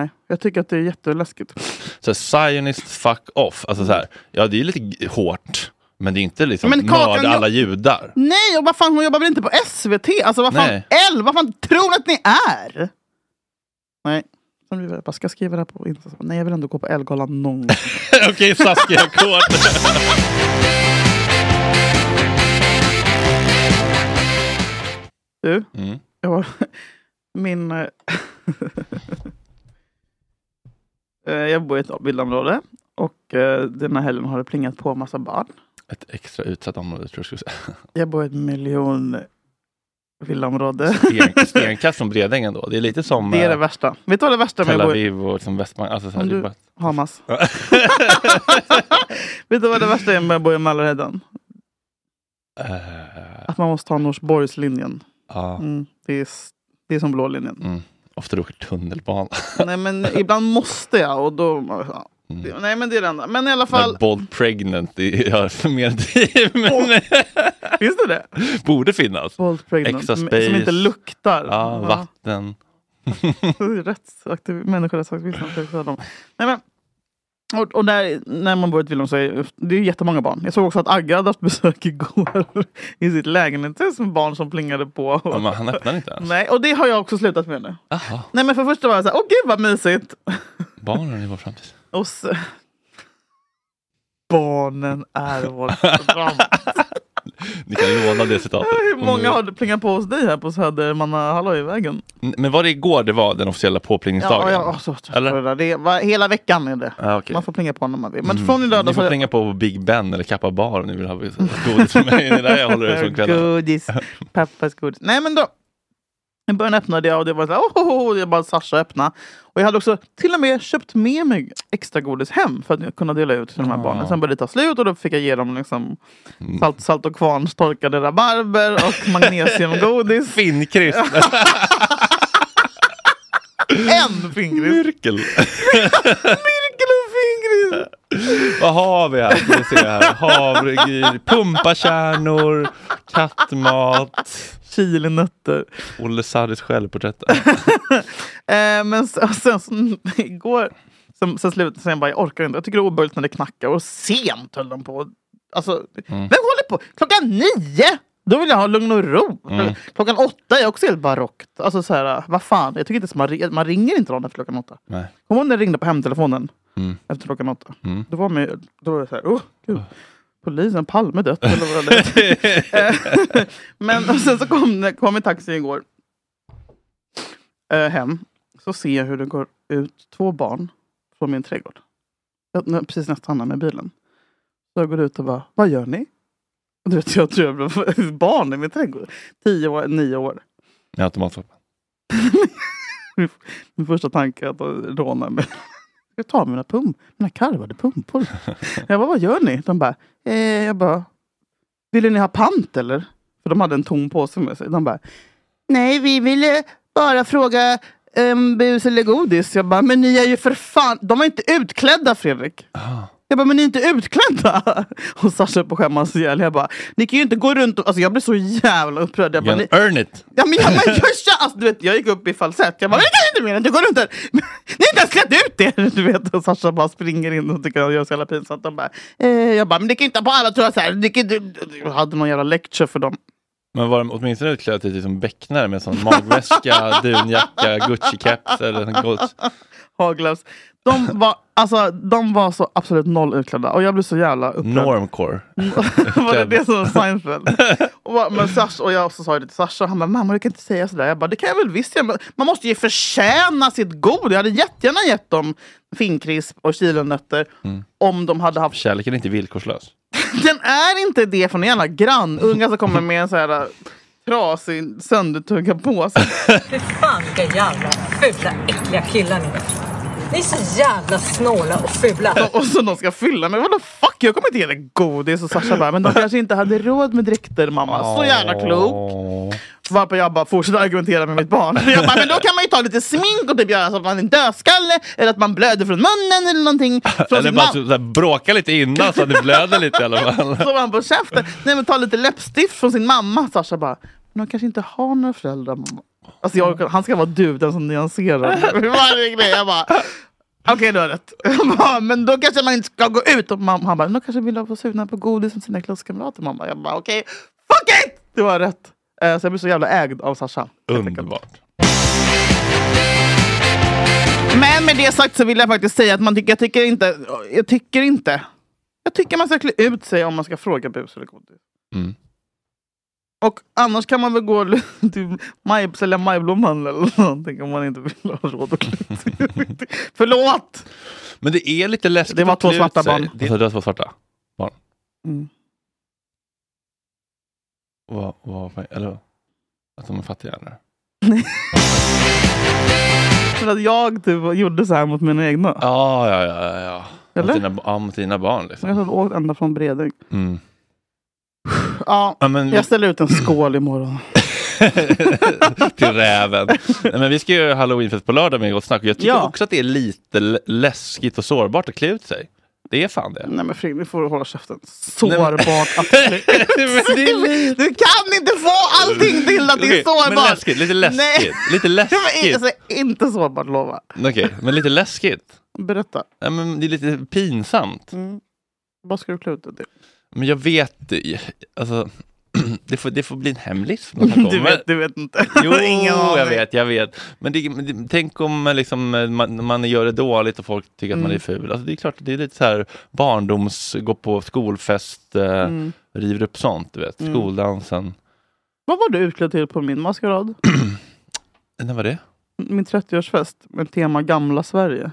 Speaker 2: Nej, jag tycker att det är jätteläskigt.
Speaker 3: Så här, Zionist fuck off. Alltså, så här, ja, det är ju lite g- hårt, men det är inte liksom
Speaker 2: Men Kakan,
Speaker 3: mörda
Speaker 2: jag-
Speaker 3: alla judar. [LAUGHS]
Speaker 2: Nej, och vad fan, hon jobbar väl inte på SVT? Alltså vad fan,
Speaker 3: Nej.
Speaker 2: L, vad fan tror hon att ni är? Nej. Som du bara, ska jag skriva det här på Insta? Nej, jag vill ändå gå på Ellegalan någon gång.
Speaker 3: Okej, flaskiga [LAUGHS] ackord.
Speaker 2: Du,
Speaker 3: Mm.
Speaker 2: jag var, min... eh, eh, jag bor i ett villaområde och eh, den här helgen har det plingat på en massa barn.
Speaker 3: Ett extra utsatt område, tror jag skulle säga.
Speaker 2: Jag bor i ett miljon villaområde. [LAUGHS]
Speaker 3: Sten, stenkast från Bredängen då. Det är lite som
Speaker 2: Det är det
Speaker 3: eh,
Speaker 2: värsta. Vet du vad det värsta med
Speaker 3: Tel
Speaker 2: att bo i-
Speaker 3: Aviv och liksom Västbanken. Alltså, så här,
Speaker 2: Om
Speaker 3: det är
Speaker 2: du-
Speaker 3: bara- [LAUGHS]
Speaker 2: Hamas. [LAUGHS] Vet du vad det värsta är med att bo i Mälarhöjden? Att man måste ta Norsborgslinjen.
Speaker 3: Eh, Ja.
Speaker 2: Mm, det, är, s- det är som blå linjen.
Speaker 3: Mm. Ofta du åker tunnelbana.
Speaker 2: Nej, men ibland måste jag och då... Ja.
Speaker 3: Mm.
Speaker 2: Det- Nej men det är det enda. Men i
Speaker 3: [LAUGHS]
Speaker 2: alla fall.
Speaker 3: Fall... Bold pregnant, [LAUGHS] det är för mer [LAUGHS] driv. Men...
Speaker 2: Finns det det?
Speaker 3: Borde finnas.
Speaker 2: Bold pregnant,
Speaker 3: Extra
Speaker 2: som-
Speaker 3: space.
Speaker 2: som inte luktar.
Speaker 3: Ja,
Speaker 2: Ja. [LAUGHS]
Speaker 3: vatten.
Speaker 2: Rättsaktiv- Människorättsaktivisterna ska jag säga dem. Nej, men, och, och när, när man bor i ett villahus så är det är jättemånga barn. Jag såg också att Agge hade haft besök igår [LAUGHS] i sitt lägenhetshus med barn som plingade på.
Speaker 3: Ja, men han öppnar inte ens.
Speaker 2: Nej, och det har jag också slutat med nu. Nej men för det första var jag så här, åh gud vad mysigt. [LAUGHS]
Speaker 3: Barnen är vår framtid.
Speaker 2: Och så, barnen är vår
Speaker 3: [LAUGHS]
Speaker 2: framtid.
Speaker 3: Ni kan låna det citatet.
Speaker 2: [LAUGHS] Hur
Speaker 3: Om ni-
Speaker 2: många har det plingat på hos dig här på Södermannahallojvägen?
Speaker 3: Men var det igår det var den officiella påplingningsdagen?
Speaker 2: Ja, jag var så trött
Speaker 3: Eller?
Speaker 2: på det där. Det var, hela veckan är det.
Speaker 3: Ja, okej. Mm.
Speaker 2: Man får plinga på när man vill. Men från i
Speaker 3: Ni
Speaker 2: lördags...
Speaker 3: får
Speaker 2: har jag-
Speaker 3: plinga på Big Ben eller Kappa Bar om ni vill ha godis för mig. Det är där jag håller ut från kvällen. [LAUGHS]
Speaker 2: Godis. Pappas godis. Nej men då. I början öppnade jag och det var så här, oh, oh, oh, jag bad Sasha öppna. Och jag hade också till och med köpt med mig extra godis hem för att kunna dela ut till de här
Speaker 3: Ah. Mm.
Speaker 2: barnen. Sen började det ta slut och då fick jag ge dem liksom salt, salt och kvarnstorkade rabarber
Speaker 3: [LAUGHS]
Speaker 2: och magnesiumgodis.
Speaker 3: Finnkryss!
Speaker 2: [LAUGHS] en fingris! [LAUGHS]
Speaker 3: Myrkel!
Speaker 2: Myrkelfingris!
Speaker 3: Vad har vi här? Ska vi se här. Havregryn, pumpakärnor, kattmat.
Speaker 2: Chilinötter.
Speaker 3: Olle Sarris självporträtt.
Speaker 2: Eh, men så- [LAUGHS] och sen så, igår, sen, sen slutade sen bara, jag orkar inte. Jag tycker det är obehagligt när det knackar och sent höll de på. Alltså,
Speaker 3: Mm.
Speaker 2: vem håller på? Klockan nio! Då vill jag ha lugn och ro.
Speaker 11: Mm.
Speaker 2: Klockan åtta är också helt barockt. Alltså så här, vad fan, jag tycker inte så man, ri- man ringer inte någon efter klockan åtta.
Speaker 3: Nej.
Speaker 2: Kommer du ihåg när jag ringde på hemtelefonen
Speaker 3: Mm.
Speaker 2: efter klockan åtta?
Speaker 3: Mm.
Speaker 2: Då var, man, ju- då var det så här, oh, gud. Polisen, Palme dött eller vad det
Speaker 3: [LAUGHS]
Speaker 2: var. [LAUGHS] Eh, Men och sen så kom, kom en taxi igår eh, hem. Så ser jag hur det går ut två barn från min trädgård. Jag, när- precis när jag stannar med bilen. Så jag går ut och bara, vad gör ni? Och du vet, jag tror jag blev [LAUGHS] barn i min trädgård. Tio år, nio år.
Speaker 3: Med automatvapen.
Speaker 2: [LAUGHS] Min första tanke är att råna mig. [LAUGHS] Jag tar mina pump, mina karvade pumpor. Jag bara, vad gör ni? De bara, eh, jag bara, ville ni ha pant eller? För de hade en tom påse med sig. De bara, nej vi ville bara fråga um, bus eller godis. Jag bara, men ni är ju för fan, de var inte utklädda Fredrik. Jag bara, men ni är inte utklädda! [LAUGHS] Och Sasha höll på att skämmas ihjäl. Jag bara, ni kan ju inte gå runt och... Alltså jag blev så jävla upprörd. Jag bara, ni,
Speaker 3: Gonna earn it!
Speaker 2: Ja, men jag, men jag, kör- alltså, du vet, jag gick upp i falsett. Jag bara, men det kan jag inte mena, du går runt där. Ni har inte ens klätt ut er! Du vet, och Sasha bara springer in och tycker att jag är så jävla pinsamt. De bara, eh, jag bara, men det kan ju inte ha på alla trösor. Det kan ju inte... Jag hade någon jävla lecture för dem.
Speaker 3: Men var de åtminstone utklädda till som becknare med sån
Speaker 2: [LAUGHS]
Speaker 3: magväska, dunjacka, Gucci-keps eller en Gucci.
Speaker 2: Haglöfs. De var, alltså, de var så absolut noll utklädda och jag blev så jävla upprörd.
Speaker 3: Normcore.
Speaker 2: var det det som var Seinfeld? Och, bara, men Sasha, och jag också sa det till Sasha, och han bara mamma du kan inte säga sådär. Jag bara det kan jag väl visst göra. men Man måste ju förtjäna sitt god. Jag hade jättegärna gett dem finkrisp och chilinötter om de hade haft...
Speaker 3: Kärleken är inte villkorslös.
Speaker 2: Den är inte det från en jävla grannunga som kommer med en sån här äh, trasig söndertuggad påse.
Speaker 10: Fy fan vilka jävla fula, äckliga killar ni är. Ni är så jävla snåla och fula.
Speaker 2: Och så någon ska fylla mig. Vadå fuck, jag kommer inte ge dig godis. Och Sasha bara, men de kanske inte hade råd med dräkter mamma. Så jävla klok. Varpå jag bara fortsätter argumentera med mitt barn. Jag bara, men då kan man ju ta lite smink och typ göra så att man är en dödskalle. Eller att man blöder från munnen
Speaker 3: [LAUGHS]
Speaker 2: eller någonting. Från
Speaker 3: Eller
Speaker 2: sin
Speaker 3: bara
Speaker 2: mamma.
Speaker 3: så, så här, bråka lite innan så att det blöder lite i alla fall.
Speaker 2: [LAUGHS] Så var han på käften. Nej men ta lite läppstift från sin mamma. Sasha bara, men hon kanske inte har några föräldrar mamma. Alltså jag, orkar- han ska vara du, den som nyanserar. [LAUGHS] Det var det grej. Jag bara, okej du har rätt. Jag bara, men då kanske man inte ska gå ut. Och mamma, han bara, då kanske vill vara sugna på godis som sina klasskamrater mamma. Jag bara, okej, fuck it! Du har rätt. Eh, Så jag blir så jävla ägd av Sasha.
Speaker 3: Underbart.
Speaker 2: Men med det sagt så vill jag faktiskt säga att man tycker, jag tycker inte, jag tycker inte, jag tycker man ska klä ut sig om man ska fråga bus eller godis.
Speaker 3: Mm.
Speaker 2: Och annars kan man väl gå [LAUGHS] till maj, sälja majblomman eller [LAUGHS] någonting om man inte vill ha råd att klä ut sig. [LAUGHS] Förlåt!
Speaker 3: Men det är lite läskigt
Speaker 2: Det var
Speaker 3: att
Speaker 2: två
Speaker 3: klä ut
Speaker 2: svarta
Speaker 3: sig.
Speaker 2: barn.
Speaker 3: Alltså, det var två svarta barn.
Speaker 2: Mm.
Speaker 3: Vad, vad, eller att de är fattiga eller?
Speaker 2: För att jag typ gjorde så här mot mina egna.
Speaker 3: Ah, Ja, ja, ja, ja, ja.
Speaker 2: Eller?
Speaker 3: Mot dina, ja, mot dina barn liksom.
Speaker 2: Jag har åkt ända från Bredäng.
Speaker 3: Mm.
Speaker 2: Ja,
Speaker 3: Ja, men vi-
Speaker 2: jag ställer ut en skål imorgon.
Speaker 3: till räven. Nej, men vi ska göra halloweenfest på lördag med Gott Snack. Jag tycker
Speaker 2: Ja.
Speaker 3: också att det är lite l- läskigt och sårbart att klä ut sig. Det är fan
Speaker 2: [LAUGHS]
Speaker 3: det.
Speaker 2: Nej men Fredrik, nu får du hålla käften.
Speaker 3: Nej, men-
Speaker 2: Sårbart
Speaker 3: [LAUGHS]
Speaker 2: att Du kan inte få allting till att det
Speaker 3: Okej,
Speaker 2: är sårbart!
Speaker 3: Men läskigt, lite läskigt.
Speaker 2: Nej. [LAUGHS] alltså-
Speaker 3: Lite
Speaker 2: Det var
Speaker 3: läskigt.
Speaker 2: inte, inte sårbart, lova.
Speaker 3: Okej, men lite läskigt.
Speaker 2: Berätta.
Speaker 3: Ja, men det är lite pinsamt.
Speaker 2: Mm. Vad ska du klä ut dig till?
Speaker 3: Men jag vet... Alltså, [CLEARS THROAT] det, får, det får bli en hemlis. för någon som
Speaker 2: Du
Speaker 3: kommer.
Speaker 2: vet, du vet inte.
Speaker 3: [LAUGHS] Jo,
Speaker 2: Ingen
Speaker 3: jag
Speaker 2: aning.
Speaker 3: vet, jag vet. Men, det, men det, tänk om eh, liksom, eh, man, man gör det dåligt och folk tycker att man
Speaker 2: Mm.
Speaker 3: är ful. Alltså, det är klart, att det är lite så här barndoms, gå på skolfest, eh,
Speaker 2: Mm.
Speaker 3: river upp sånt, du vet.
Speaker 2: Mm.
Speaker 3: Skoldansen.
Speaker 2: Vad var du utklädd till på min maskerad?
Speaker 3: Eh, När var det?
Speaker 2: Min 30-årsfest med tema gamla Sverige.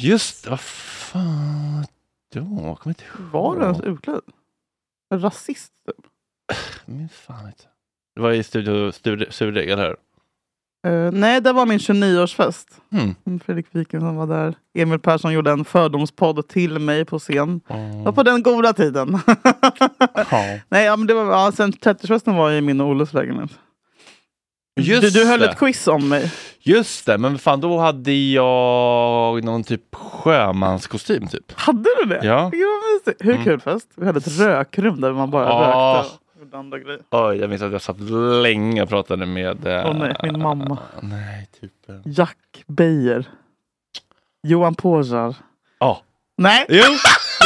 Speaker 3: Just vad fan då? Jag kommer inte ihåg.
Speaker 2: Var du ens utklädd? En rasist? typ.
Speaker 3: Min fan inte. Det var i Studio Sture- Surdeg, eller hur?
Speaker 2: Eh, nej, det var min 29-årsfest.
Speaker 3: Mm.
Speaker 2: Fredrik Wikingsson var där. Emil Persson gjorde en fördomspodd till mig på scen.
Speaker 3: Mm.
Speaker 2: Det var på den goda tiden. [LAUGHS] nej, ja, men det var, ja, sen 30-årsfesten var i min och Olles lägenhet.
Speaker 3: Just
Speaker 2: du, du höll
Speaker 3: det.
Speaker 2: ett quiz om mig.
Speaker 3: Just det, men fan då hade jag någon typ sjömanskostym typ.
Speaker 2: Hade du det?
Speaker 3: Ja.
Speaker 2: Gud, vad mysigt. Hur
Speaker 3: Mm.
Speaker 2: kul fest? Vi hade ett rökrum där man bara
Speaker 3: Ah.
Speaker 2: rökte. och gjorde andra grejer.
Speaker 3: Oj, jag minns att jag satt länge och pratade med... eh,
Speaker 2: Åh nej, min mamma.
Speaker 3: Nej, typ... eh,
Speaker 2: Jack Beijer. Johan Pozar.
Speaker 3: Ja.
Speaker 2: Nej!
Speaker 3: Jo,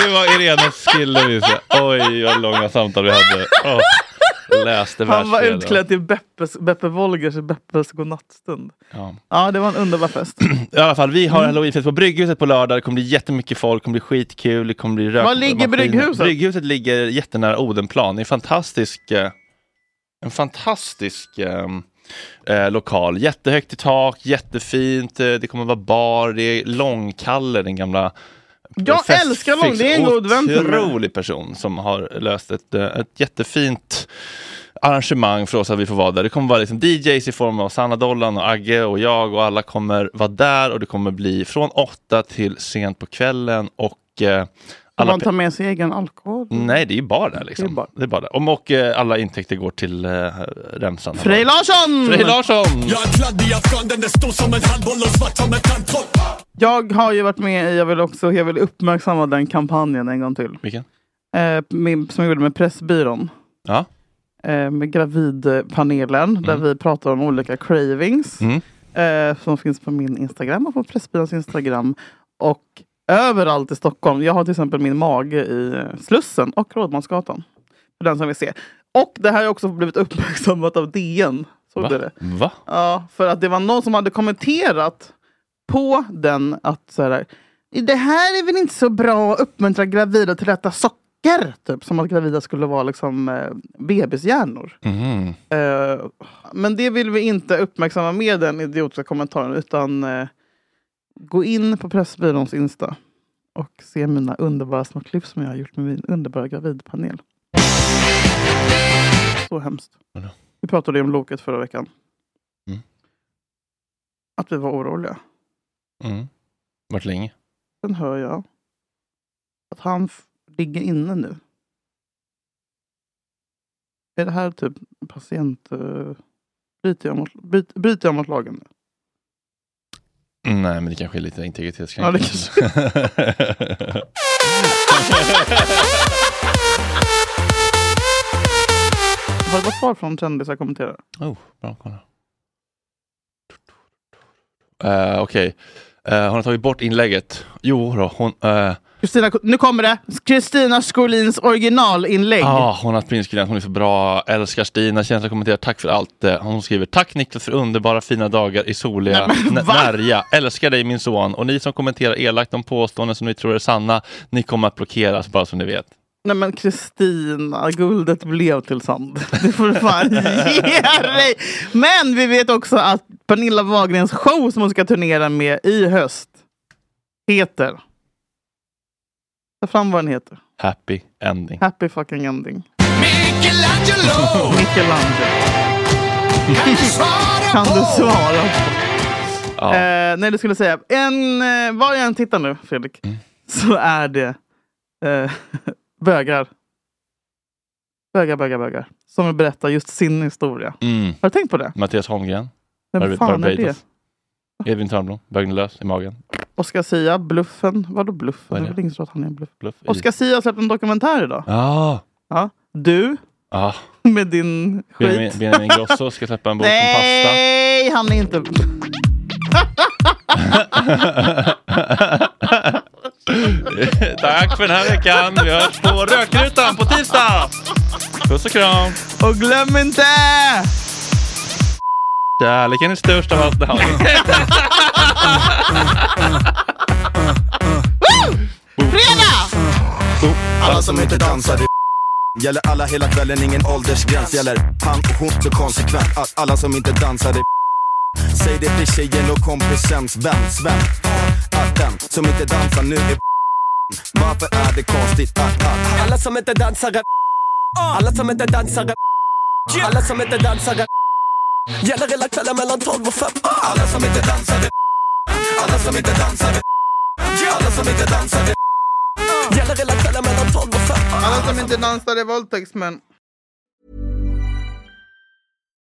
Speaker 3: det var Irenas kille minns jag. Oj, vad långa samtal vi hade. Åh, läste
Speaker 2: Han var
Speaker 3: världsfredag.
Speaker 2: utklädd till Beppes, Beppe Wolgers Beppes godnattstund.
Speaker 3: Ja.
Speaker 2: Ja, det var en underbar fest.
Speaker 3: I alla fall, vi har
Speaker 2: Mm.
Speaker 3: halloweenfest på Brygghuset på lördag. Det kommer bli jättemycket folk, det kommer bli skitkul, det kommer bli rök.
Speaker 2: Var ligger Brygghuset?
Speaker 3: Brygghuset ligger jättenära Odenplan. Det är en fantastisk, eh, en fantastisk ehm, eh, lokal. Jättehögt i tak, jättefint. eh, Det kommer vara bar, det är Långkalle, den gamla eh,
Speaker 2: Jag älskar Lång, det är en god vän till mig.
Speaker 3: Otrolig person som har löst ett, eh, ett jättefint arrangemang för oss att vi får vara där. Det kommer vara liksom DJs i form av Sanna Dollan och Agge och jag och alla kommer vara där och det kommer bli från åtta till sent på kvällen och eh, [CLEARS THROAT] alla Mm.
Speaker 2: Man tar med sig egen alkohol.
Speaker 3: Nej, det är ju bara där
Speaker 2: Det är
Speaker 3: liksom.
Speaker 2: bara-
Speaker 3: Det är bara där. Och, och eh, alla intäkter går till eh, remsan.
Speaker 2: Frej Larsson!
Speaker 3: Frej Larsson!
Speaker 11: Jag är kladdig afghan, den är stor som en handboll och svart som en tandtråd.
Speaker 2: Jag har ju varit med i, jag vill också jag vill uppmärksamma den kampanjen en gång till.
Speaker 3: Vilken?
Speaker 2: Eh, med, som jag gjorde med Pressbyrån.
Speaker 3: Ja.
Speaker 2: Eh, med gravidpanelen där vi pratar om olika cravings.
Speaker 3: Mm.
Speaker 2: Eh, som finns på min Instagram och på Pressbyråns Instagram. Och överallt i Stockholm. Jag har till exempel min mage i eh, Slussen och Rådmansgatan. För den som vill se. Och det här har jag också blivit uppmärksammat av DN. Såg
Speaker 3: Va?
Speaker 2: du det?
Speaker 3: Va?
Speaker 2: Ja, för att det var någon som hade kommenterat på den att så här, det här är väl inte så bra att uppmuntra gravida till att äta socker. Typ, som att gravida skulle vara liksom, eh, bebishjärnor.
Speaker 3: Mhm.
Speaker 2: Eh, men det vill vi inte uppmärksamma med den idiotiska kommentaren utan eh, gå in på Pressbyråns Insta och se mina underbara små klipp som jag har gjort med min underbara gravidpanel. Så hemskt.
Speaker 3: Vadå?
Speaker 2: Vi pratade ju om Loket förra veckan.
Speaker 3: Mm.
Speaker 2: Att vi var oroliga.
Speaker 3: Mm. Vart länge?
Speaker 2: Sen hör jag att han f- ligger inne nu. Är det här typ patient... eh, bryter, jag mot, bryt, bryter jag mot lagen nu?
Speaker 3: Mm, Nej, men det kanske är lite
Speaker 2: Ja, det
Speaker 3: integritetskränkande. [LAUGHS]
Speaker 2: kanske- Har det varit svar från kändisar kommenterar?
Speaker 3: Oh, bra, kolla. Eh, Okej, Eh, har hon tagit bort inlägget? Jo då, hon... eh,
Speaker 2: Kristina, nu kommer det! Kristina Skolins originalinlägg.
Speaker 3: Ah, hon har haft prinsgräns, hon är så bra. Älskar Stina, känsla kommenterar, tack för allt. Eh, Hon skriver, tack Niklas för underbara fina dagar i soliga N- Närja. Älskar dig min son. Och ni som kommenterar elakt om påståenden som ni tror är sanna, ni kommer att blockeras bara som ni vet.
Speaker 2: Nej men Kristina, guldet blev till sand. Det får du fan ge dig! Men vi vet också att Pernilla Wahlgrens show som hon ska turnera med i höst heter... Ta fram vad den heter.
Speaker 3: Happy ending.
Speaker 2: Happy fucking ending.
Speaker 11: Michelangelo!
Speaker 2: Michelangelo. Kan du svara på? Eh, nej, du skulle säga, en, eh, var jag än tittar nu Fredrik,
Speaker 3: Mm.
Speaker 2: [LAUGHS] så är det eh, bögar. bögar, bögar, bögar. Som vill berätta just sin historia.
Speaker 3: Mm.
Speaker 2: Har du tänkt på det?
Speaker 3: Mattias Holmgren.
Speaker 2: Vem
Speaker 3: Barb-
Speaker 2: fan är
Speaker 3: Barbados. Edvin Törnblom. Bögen är lös i magen.
Speaker 2: Oskar Sia, Bluffen. Vadå
Speaker 3: Vad
Speaker 2: Bluffen?
Speaker 3: är
Speaker 2: Det
Speaker 3: det? Mm.
Speaker 2: är väl ingen som tror att han är en bluff.
Speaker 3: Bluff. i-
Speaker 2: Oskar Sia har släppt en dokumentär idag.
Speaker 3: Ah.
Speaker 2: Ja. Du,
Speaker 3: Ah.
Speaker 2: med din skit.
Speaker 3: Benjamin, Benjamin Ingrosso ska släppa en bok om pasta.
Speaker 2: Nej, han är inte...
Speaker 3: [LAUGHS] Tack för den här veckan. Vi hörs på Rökrutan på tisdag. Puss och kram.
Speaker 2: Och glöm inte!
Speaker 3: Kärleken är störst av allt det [LAUGHS] här.
Speaker 2: Fredag!
Speaker 10: Alla som inte dansar är Gäller alla hela kvällen, ingen åldersgräns Gäller han och hon så konsekvent att alla som inte dansar är Säg det till tjejen och kompisens vän Sven Att den som inte dansar nu är Varför är det konstigt att, att Ah!
Speaker 16: Alla som inte dansar är Alla som inte dansar är Alla som inte dansar är Gäller hela kvällen mellan 12 och 5 Alla som inte dansar är Alla som inte dansar är Alla som inte dansar är Gäller hela kvällen mellan 12 och 5
Speaker 2: Alla som inte dansar är våldtäktsmän.